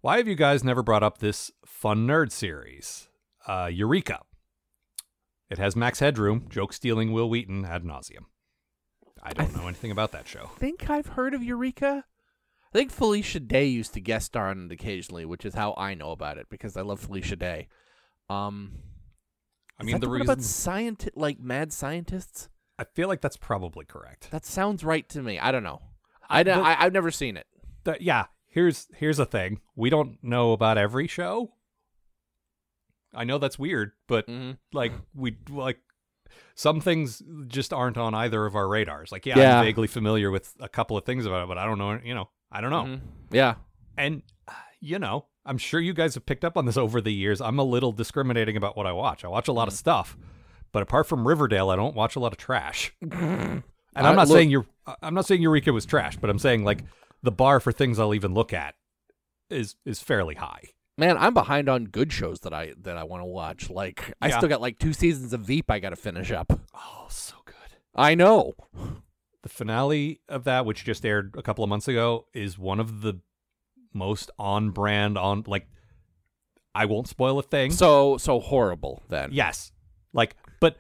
"Why have you guys never brought up this fun nerd series, uh, Eureka? It has Max Headroom, joke stealing Will Wheaton ad nauseum. I don't know anything about that show.
Think I've heard of Eureka? I think Felicia Day used to guest star on it occasionally, which is how I know about it because I love Felicia Day. Um,
I
is
mean,
that
the
one
reason
about scienti- like mad scientists.
I feel like that's probably correct.
That sounds right to me. I don't know. I,
the-
don't, I I've never seen it.
That- yeah, here's here's a thing. We don't know about every show. I know that's weird, but
hmm
like we like some things just aren't on either of our radars. Like yeah,
Yeah.
I'm vaguely familiar with a couple of things about it, but I don't know, you know, I don't know.
Mm-hmm. Yeah.
And uh, you know, I'm sure you guys have picked up on this over the years. I'm a little discriminating about what I watch. I watch a lot of stuff, but apart from Riverdale, I don't watch a lot of trash. And
I-
I'm not
look-
saying you I'm not saying Eureka was trash, but I'm saying like the bar for things I'll even look at is is fairly high.
Man, I'm behind on good shows that I that I want to watch. Like I
Yeah.
still got like two seasons of Veep I got to finish up.
Oh, so good.
I know.
The finale of that, which just aired a couple of months ago, is one of the most on brand on like I won't spoil a thing.
So so horrible then.
Yes. Like but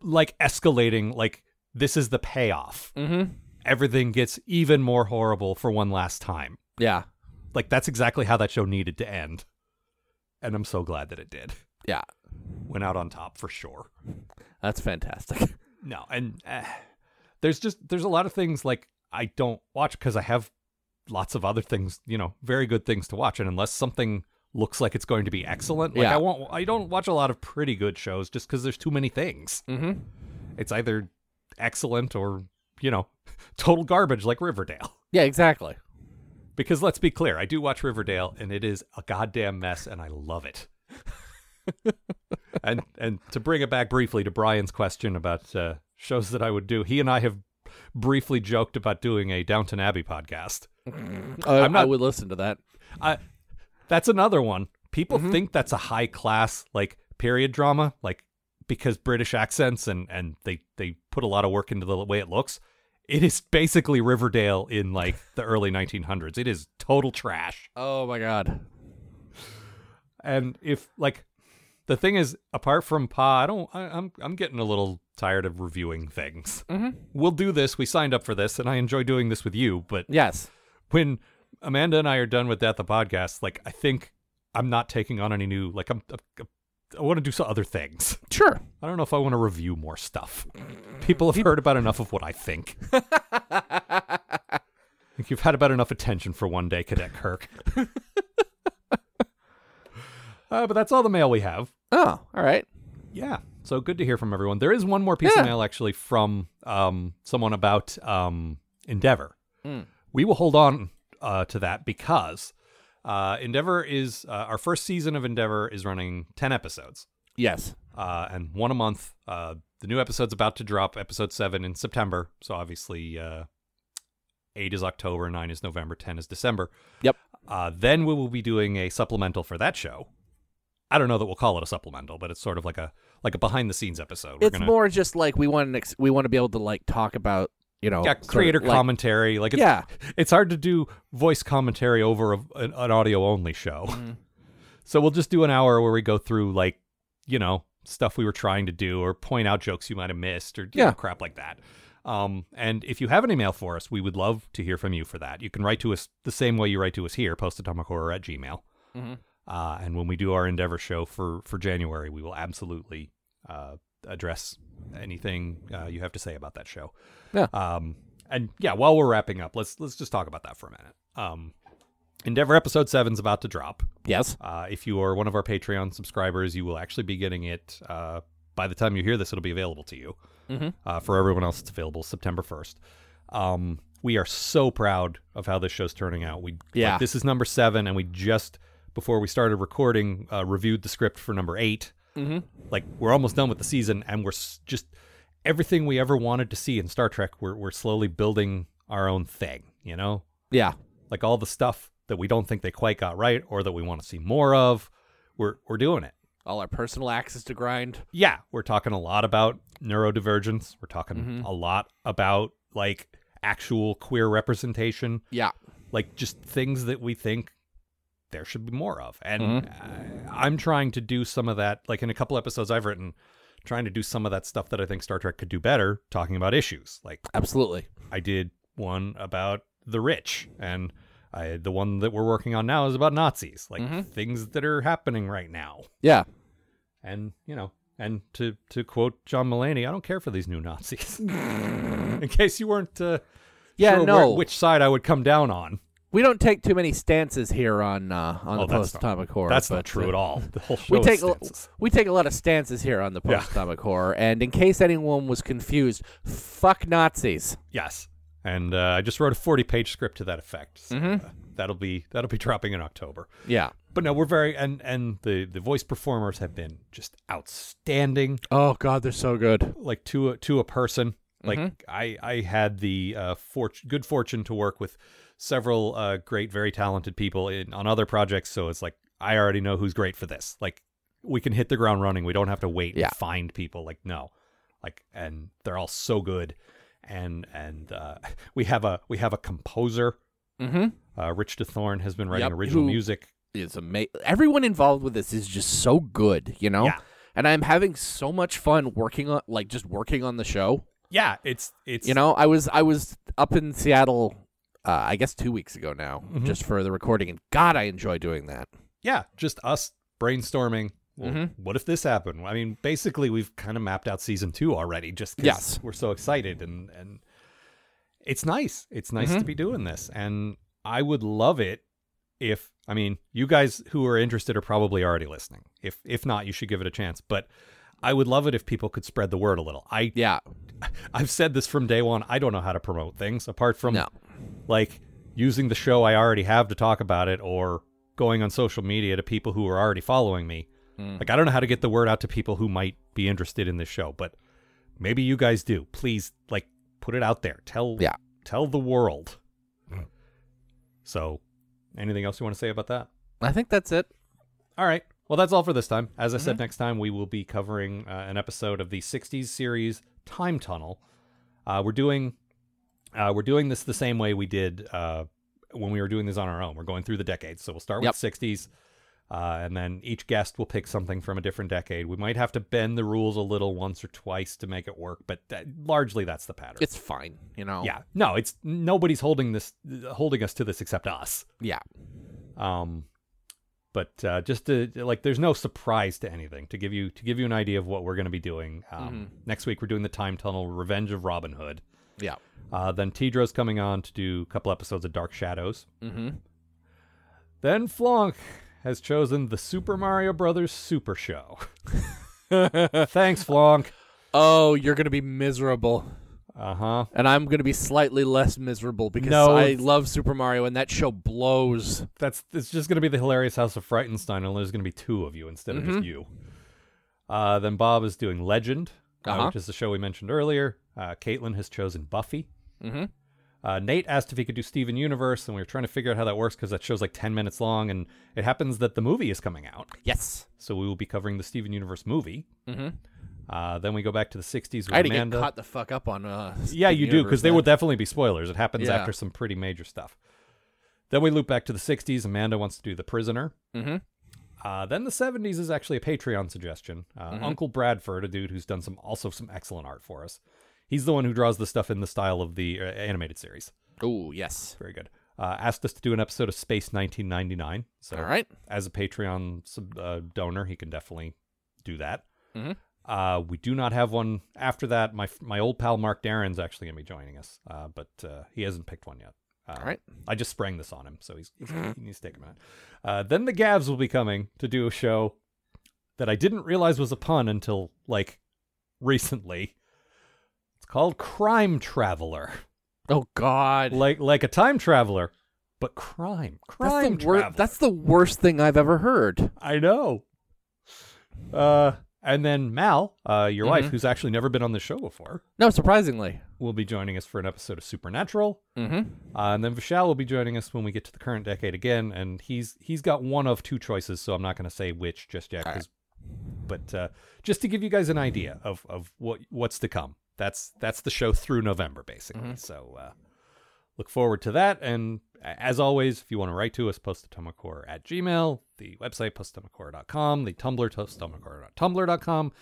like escalating like this is the payoff.
Mm-hmm.
Everything gets even more horrible for one last time.
Yeah.
Like that's exactly how that show needed to end. And I'm so glad that it did.
Yeah.
Went out on top for sure.
That's fantastic.
No, and eh, there's just there's a lot of things like I don't watch cuz I have lots of other things, you know, very good things to watch and unless something looks like it's going to be excellent, like
Yeah.
I won't I don't watch a lot of pretty good shows just cuz there's too many things.
Mm-hmm.
it's either excellent or you know total garbage like riverdale
Yeah. Exactly.
because let's be clear i do watch riverdale and it is a goddamn mess and i love it and and to bring it back briefly to brian's question about uh, shows that i would do he and i have briefly joked about doing a downton abbey podcast
I,
I'm not-
Uh, I would listen to that.
I, that's another one people think that's a high class like period drama like because british accents and and they they put a lot of work into the way it looks it is basically riverdale in like the early 1900s it is total trash
Oh my god.
and if like the thing is apart from pa i don't I, i'm i'm getting a little tired of reviewing things
Mhm.
we'll do this we signed up for this and i enjoy doing this with you but
Yes.
when Amanda and I are done with that, the podcast, like I think I'm not taking on any new. Like I'm, I'm I want to do some other things.
Sure.
I don't know if I want to review more stuff. People have heard about enough of what I think. I think you've had about enough attention for one day, Cadet Kirk. uh, but that's all the mail we have.
Oh, all right.
Yeah. So good to hear from everyone. There is one more piece
Yeah.
of mail actually from um, someone about um, Endeavor. We will hold on uh, to that because uh, Endeavor is uh, our first season of Endeavor is running ten episodes
Yes.
uh, and one a month. Uh, the new episode's about to drop, episode seven in September. So obviously, uh, eight is October, nine is November, ten is December.
Yep.
Uh, then we will be doing a supplemental for that show. I don't know that we'll call it a supplemental, but it's sort of like a like a behind the scenes episode. We're
it's more just like we want an ex- we want to be able to like talk about you know
yeah,
sort of,
creator
like-
commentary. Like, it's,
Yeah.
it's hard to do voice commentary over a, an, an audio only show. So we'll just do an hour where we go through like, you know, stuff we were trying to do or point out jokes you might have missed or you know,
Yeah.
crap like that. Um, and if you have an email for us, we would love to hear from you for that. You can write to us the same way you write to us here, postatomichorror at gmail.
Mhm.
Uh, and when we do our Endeavor show for, for January, we will absolutely uh, address anything uh, you have to say about that show.
Yeah.
Um, and yeah, while we're wrapping up, let's let's just talk about that for a minute. Um, Endeavor episode seven's about to drop.
Yes.
Uh, if you are one of our Patreon subscribers, you will actually be getting it. Uh, by the time you hear this, it'll be available to you.
Mhm.
Uh, for everyone else, it's available September 1st. Um, we are so proud of how this show's turning out. We like,
Yeah.
this is number seven, and we just before we started recording uh, reviewed the script for number eight.
Mm-hmm.
Like we're almost done with the season, and we're s- just everything we ever wanted to see in Star Trek. We're we're slowly building our own thing. You know,
Yeah.
like all the stuff that we don't think they quite got right or that we want to see more of we're we're doing it
All our personal access to grind.
yeah we're talking a lot about neurodivergence we're talking a lot about like actual queer representation
Yeah.
like just things that we think there should be more of and I, i'm trying to do some of that like in a couple episodes i've written trying to do some of that stuff that i think star trek could do better talking about issues like
Absolutely.
I did one about the rich, and I, the one that we're working on now is about Nazis, like
Mm-hmm.
things that are happening right now.
Yeah.
And you know, and to to quote John Mulaney, I don't care for these new Nazis. In case you weren't, uh,
Yeah,
sure
no.
where- which side I would come down on.
We don't take too many stances here on uh, on
Oh,
the
that's
post
not-
atomic horror.
That's
but,
not true
uh,
at all. The whole show
We
is
take a,
stances.
we take a lot of stances here on the
Yeah.
post atomic horror, and in case anyone was confused, fuck Nazis.
Yes, and uh, I just wrote a forty-page script to that effect. So,
Mm-hmm.
uh, that'll be that'll be dropping in October.
Yeah.
But no, we're very and and the the voice performers have been just outstanding,
Oh God, they're so good.
like to a, to a person. Like
Mm-hmm.
I I had the uh, fort- good fortune to work with several uh, great, very talented people in on other projects. So it's like I already know who's great for this. Like we can hit the ground running. We don't have to wait
Yeah.
and find people. Like no, like and they're all so good. And and uh, we have a we have a composer.
Mm-hmm.
Uh, Rich DeThorne has been writing
Yep,
original
who-
music.
It's amazing. Everyone involved with this is just so good, you know.
Yeah.
And I'm having so much fun working on, like, just working on the show.
Yeah, it's it's
You know, I was I was up in Seattle, uh, I guess two weeks ago now,
Mhm.
just for the recording, and God, I enjoy doing that.
yeah, just us brainstorming. Well,
Mhm.
What if this happened? I mean, basically, we've kind of mapped out season two already. Just 'cause
Yes.
we're so excited, and and it's nice. It's nice
Mm-hmm.
to be doing this, and I would love it if I mean, you guys who are interested are probably already listening. If if not, you should give it a chance. But I would love it if people could spread the word a little. I
Yeah.
I've said this from day one. I don't know how to promote things apart from
No.
like using the show I already have to talk about it or going on social media to people who are already following me. Like I don't know how to get the word out to people who might be interested in this show, but maybe you guys do. Please like put it out there. Tell
Yeah.
tell the world. So, anything else you want to say about that?
I think that's it.
All right. Well, that's all for this time. As I said,
Mm-hmm.
next time we will be covering uh, an episode of the '60s series Time Tunnel. Uh, we're doing uh, we're doing this the same way we did uh, when we were doing this on our own. We're going through the decades, so we'll start
Yep.
with '60s, uh, and then each guest will pick something from a different decade. We might have to bend the rules a little once or twice to make it work, but that, largely that's the pattern.
It's fine, you know.
yeah, no, it's nobody's holding this holding us to this except us.
Yeah.
Um, but uh, just to like, there's no surprise to anything. To give you to give you an idea of what we're going to be doing um, next week, we're doing the Time Tunnel, Revenge of Robin Hood.
Yeah.
Uh, then Tidro's coming on to do a couple episodes of Dark Shadows.
Mm-hmm.
Then Flonk has chosen the Super Mario Brothers Super Show. Thanks, Flonk.
Oh, you're gonna be miserable,
Uh huh.
and I'm gonna be slightly less miserable because
No.
I love Super Mario, and that show blows.
That's it's just going to be the hilarious House of Frightenstein, and there's going to be two of you instead of
Mm-hmm.
just you. Uh, then Bob is doing Legend, uh,
Uh-huh.
which is the show we mentioned earlier. Uh, Caitlin has chosen Buffy.
Mhm.
Uh, Nate asked if he could do Steven Universe, and we were trying to figure out how that works because that show's like 10 minutes long, and it happens that the movie is coming out.
Yes.
So we will be covering the Steven Universe movie.
Mm-hmm.
Uh, then we go back to the 60s with
I had to get
Amanda.
caught the fuck up on. Uh,
yeah,
Steven
you do,
Universe,
because they
man.
will definitely be spoilers. It happens
Yeah.
after some pretty major stuff. Then we loop back to the 60s. Amanda wants to do The Prisoner.
Mhm.
Uh, then the 70s is actually a Patreon suggestion. Uh,
Mm-hmm.
Uncle Bradford, a dude who's done some also some excellent art for us. He's the one who draws the stuff in the style of the uh, animated series.
Ooh, yes.
Very good. Uh, asked us to do an episode of Space 1999. So
All right.
as a Patreon sub, uh, donor, he can definitely do that.
Mhm.
Uh, we do not have one after that. My my old pal Mark Darren's actually going to be joining us, uh, but uh, he hasn't picked one yet. Uh,
All right. Mm-hmm.
I just sprang this on him, so he's, he's he needs to take a minute. Uh, then the Gavs will be coming to do a show that I didn't realize was a pun until like recently. It's called Crime Traveler,
Oh God.
like like a time traveler, but crime. Crime
that's the
traveler.
worst. That's the worst thing I've ever heard.
I know. Uh, and then Mal, uh, your wife, who's actually never been on the show before,
No, surprisingly.
will be joining us for an episode of Supernatural.
Mm-hmm.
Uh, and then Vishal will be joining us when we get to the current decade again. And he's he's got one of two choices, so I'm not going to say which just yet. 'cause- But uh, just to give you guys an idea of of what what's to come, that's that's the show through November basically. So uh, look forward to that. And a- as always, if you want to write to us, postatomichorror at gmail, the website postatomichorror.com, the Tumblr postatomichorror.tumblr.com.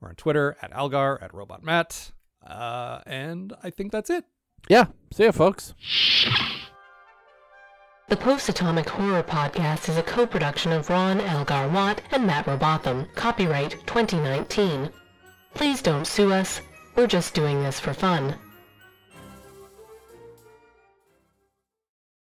We're on Twitter at Algar at Robot Matt. Uh, and I think that's it.
Yeah. See ya, folks.
The Post Atomic Horror Podcast is a co production of Ron Algar Watt and Matt Robotham, copyright 2019. Please don't sue us, we're just doing this for fun.